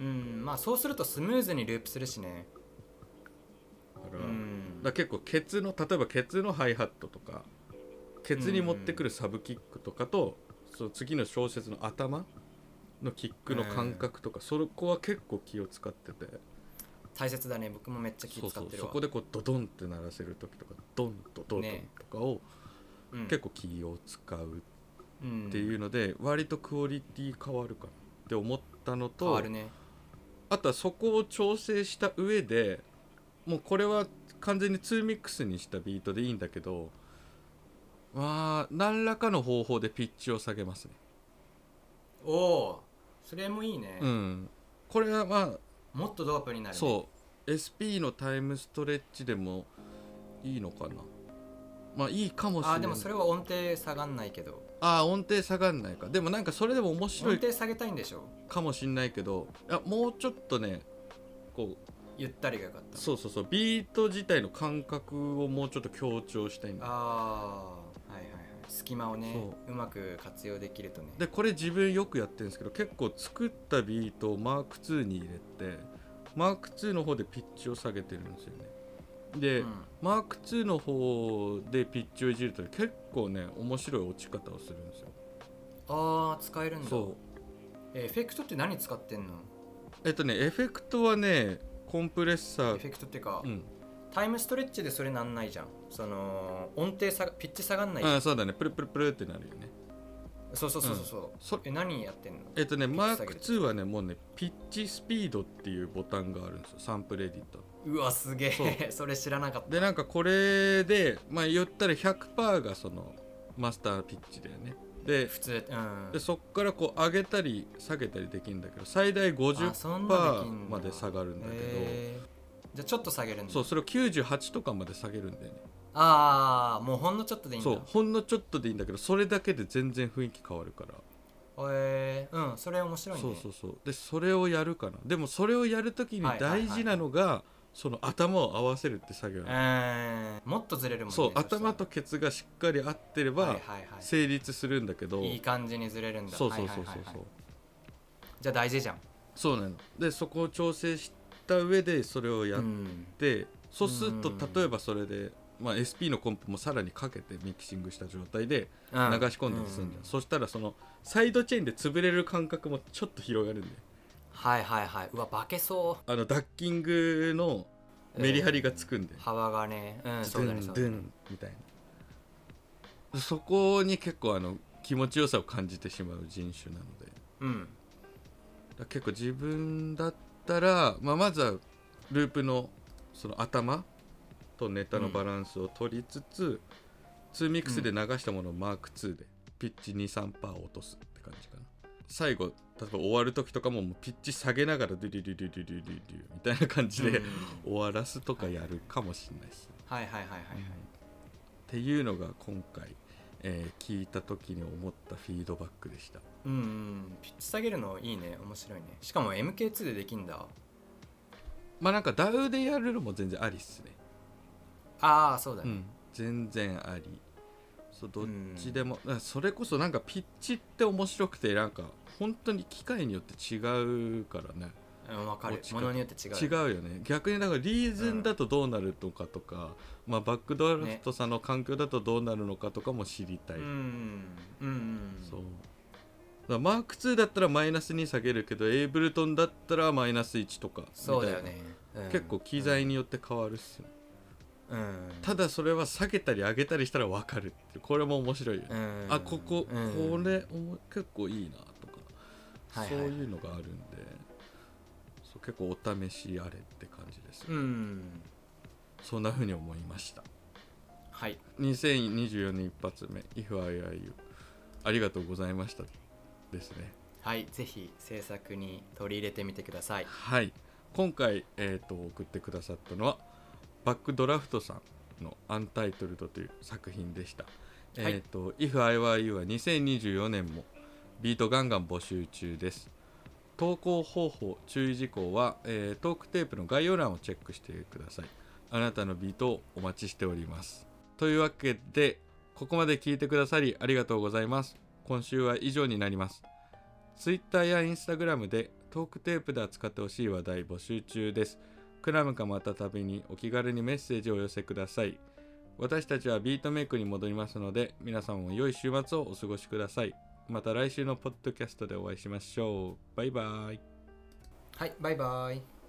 Speaker 2: うんまあそうするとスムーズにループするしね
Speaker 1: だか
Speaker 2: う
Speaker 1: ら,、
Speaker 2: ん
Speaker 1: だから結構ケツの例えばケツのハイハットとかケツに持ってくるサブキックとかと、その次の小説の頭のキックの感覚とか、そこは結構気を使ってて
Speaker 2: 大切だね僕もめっちゃ気
Speaker 1: そ
Speaker 2: 使
Speaker 1: うそ
Speaker 2: っ
Speaker 1: う
Speaker 2: てる
Speaker 1: そ
Speaker 2: わ
Speaker 1: こでこうドドンって鳴らせる時とかドンドドドン
Speaker 2: ね
Speaker 1: とかを
Speaker 2: うん
Speaker 1: 結構気を使う
Speaker 2: うん
Speaker 1: っていうので、割とクオリティ変わるかなって思ったの
Speaker 2: 変わ
Speaker 1: と、
Speaker 2: るね
Speaker 1: あとはそこを調整した上でもうこれは完全に2ミックスにしたビートでいいんだけどまあ何らかの方法でピッチを下げますね、
Speaker 2: おおそれもいいね、
Speaker 1: うん、これはま
Speaker 2: もっとドープにな
Speaker 1: あ
Speaker 2: るね、
Speaker 1: そう、SP のタイムストレッチでもいいのかなまあいいかもしれない
Speaker 2: あでもそれは音程下がんないけど
Speaker 1: あー音程下がんないかでもなんかそれでも面
Speaker 2: 音
Speaker 1: 白い
Speaker 2: 程下げたいんでしょ
Speaker 1: かもしんないけどいやもうちょっとねこう
Speaker 2: ゆったりがよかった
Speaker 1: そうそうそうビート自体の感覚をもうちょっと強調したいんだ
Speaker 2: ああはいはいはい隙間をね
Speaker 1: そう
Speaker 2: まく活用できるとね
Speaker 1: でこれ自分よくやってるんですけど結構作ったビートをマーク2に入れてマーク2の方でピッチを下げてるんですよねで、
Speaker 2: うん
Speaker 1: マーク2の方でピッチをいじると結構ね面白い落ち方をするんですよ、
Speaker 2: ああ使えるんだ
Speaker 1: そ
Speaker 2: えエフェクトって何使ってんの
Speaker 1: うえっとねエフェクトはねコンプレッサ
Speaker 2: エ
Speaker 1: ー
Speaker 2: フェクトっていうか、
Speaker 1: うん、
Speaker 2: タイムストレッチでそれなんないじゃんその音程下がピッチ下がんないじゃん、
Speaker 1: あそうだねプルプルプルってなるよね
Speaker 2: そうそうそうそうそう、
Speaker 1: そ
Speaker 2: え何やってんの
Speaker 1: えっとね
Speaker 2: ピ
Speaker 1: マ
Speaker 2: ッチ
Speaker 1: ー
Speaker 2: 下げ
Speaker 1: ク
Speaker 2: る
Speaker 1: 2はねもうねピッチスピードっていうボタンがあるんですよサンプルエディットの
Speaker 2: うわす *laughs* げえそれ知らなかった
Speaker 1: でなんかこれでまあ言ったら100%がそのマスターピッチだよねで
Speaker 2: 普通うん
Speaker 1: でそっからこう上げたり下げたりできるんだけど最大
Speaker 2: あそんなでき
Speaker 1: 50%
Speaker 2: んだ
Speaker 1: まで下がるんだけど、
Speaker 2: へーじゃあちょっと下げるんだ
Speaker 1: そうそれを98とかまで下げるんだよね
Speaker 2: ああもうほんのちょっとでいいんだ
Speaker 1: そうほんのちょっとでいいんだけどそれだけで全然雰囲気変わるから、
Speaker 2: へえうんそれ面白いね
Speaker 1: そうそうそうでそれをやるかなでもそれをやるときに
Speaker 2: はいはいはい
Speaker 1: 大事なのが、その頭を合わせるって作業なの、
Speaker 2: えーもっとずれるもんね
Speaker 1: そう
Speaker 2: したら
Speaker 1: 頭とケツがしっかり合ってれ
Speaker 2: は
Speaker 1: ば
Speaker 2: いはいはい
Speaker 1: 成立するんだけど、
Speaker 2: いい感じにずれるんだ
Speaker 1: そうそうそうそう
Speaker 2: はいはいはい
Speaker 1: そう
Speaker 2: はいじゃあ大事じゃん
Speaker 1: そうなのでそこを調整した上でそれをやっ
Speaker 2: うん
Speaker 1: て、そうすると
Speaker 2: うん
Speaker 1: 例えばそれで、まあ、SP のコンポもさらにかけてミキシングした状態で
Speaker 2: 流
Speaker 1: 流し込んだりするんだよ、そしたらそのサイドチェーンで潰れる感覚もちょっと広がるんだよ
Speaker 2: はいはいはいうわ化けそ
Speaker 1: あのダッキングの
Speaker 2: う
Speaker 1: メリハリ
Speaker 2: が
Speaker 1: がつくんで、
Speaker 2: 幅がねうんそうだねそうだ
Speaker 1: ドゥ
Speaker 2: ね
Speaker 1: ンみたいなそこに結構あの気持ちよさを感じてしまう人種なので
Speaker 2: うん
Speaker 1: だから結構自分だったら、まあ、まずはループのその頭とネタのバランスを取りつつ、2ミックスで流したものをマーク2でピッチ23%落とすって感じかな最後例えば終わる時とかももうピッチ下げながらドゥリリリリリリリリみたいな感じで、
Speaker 2: うん
Speaker 1: 終わらすとかやるかもしれないですね
Speaker 2: はいはいはいはいはい
Speaker 1: っていうのが今回、えー聞いた時に思ったフィードバックでした
Speaker 2: うんうんピッチ下げるのいいね面白いねしかも MK2 でできんだ
Speaker 1: まあなんか DAW でやるのも全然ありっすね、
Speaker 2: ああそうだ
Speaker 1: う
Speaker 2: ね
Speaker 1: ん、全然ありそうどっちでも、だからそれこそなんかピッチって面白くてなんか本当に機械によって違うからね
Speaker 2: うんわかる
Speaker 1: 落ち方
Speaker 2: ものによって違う
Speaker 1: 違うよね逆になんかリーズンだとどうなるのかとか、まあ、バックドラフトさんの環境だとどうなるのかとかも知りたい、
Speaker 2: うんうんうん
Speaker 1: そうだからマーク2だったらマイナス2下げるけどエイブルトンだったらマイナス1とかみたいな
Speaker 2: そうだよねうん
Speaker 1: 結構機材によって変わるっすよ、
Speaker 2: うん
Speaker 1: ただそれは下げたり上げたりしたら分かるってこれも面白いよね、
Speaker 2: うん
Speaker 1: あここ、
Speaker 2: うん
Speaker 1: これおも結構いいなとか、
Speaker 2: はいはい
Speaker 1: そういうのがあるんでそう結構お試しあれって感じです、
Speaker 2: うん
Speaker 1: そんな風に思いました
Speaker 2: はい
Speaker 1: 2024年一発目「If I Are You」ありがとうございましたですね
Speaker 2: はいぜひ制作に取り入れてみてください
Speaker 1: はい今回、えー、と送ってくださったのはバックドラフトさんの「アンタイトルド」という作品でした、
Speaker 2: はい
Speaker 1: えっ、と「If I Were You」は2024年もビートガンガン募集中です投稿方法注意事項は、えートークテープの概要欄をチェックしてくださいあなたのビートをお待ちしておりますというわけでここまで聞いてくださりありがとうございます今週は以上になります Twitter や Instagram でトークテープで扱ってほしい話題募集中ですクラムかまたたびにお気軽にメッセージをお寄せください私たちはビートメイクに戻りますので皆さんも良い週末をお過ごしくださいまた来週のポッドキャストでお会いしましょうバイバイ
Speaker 2: はいバイバイ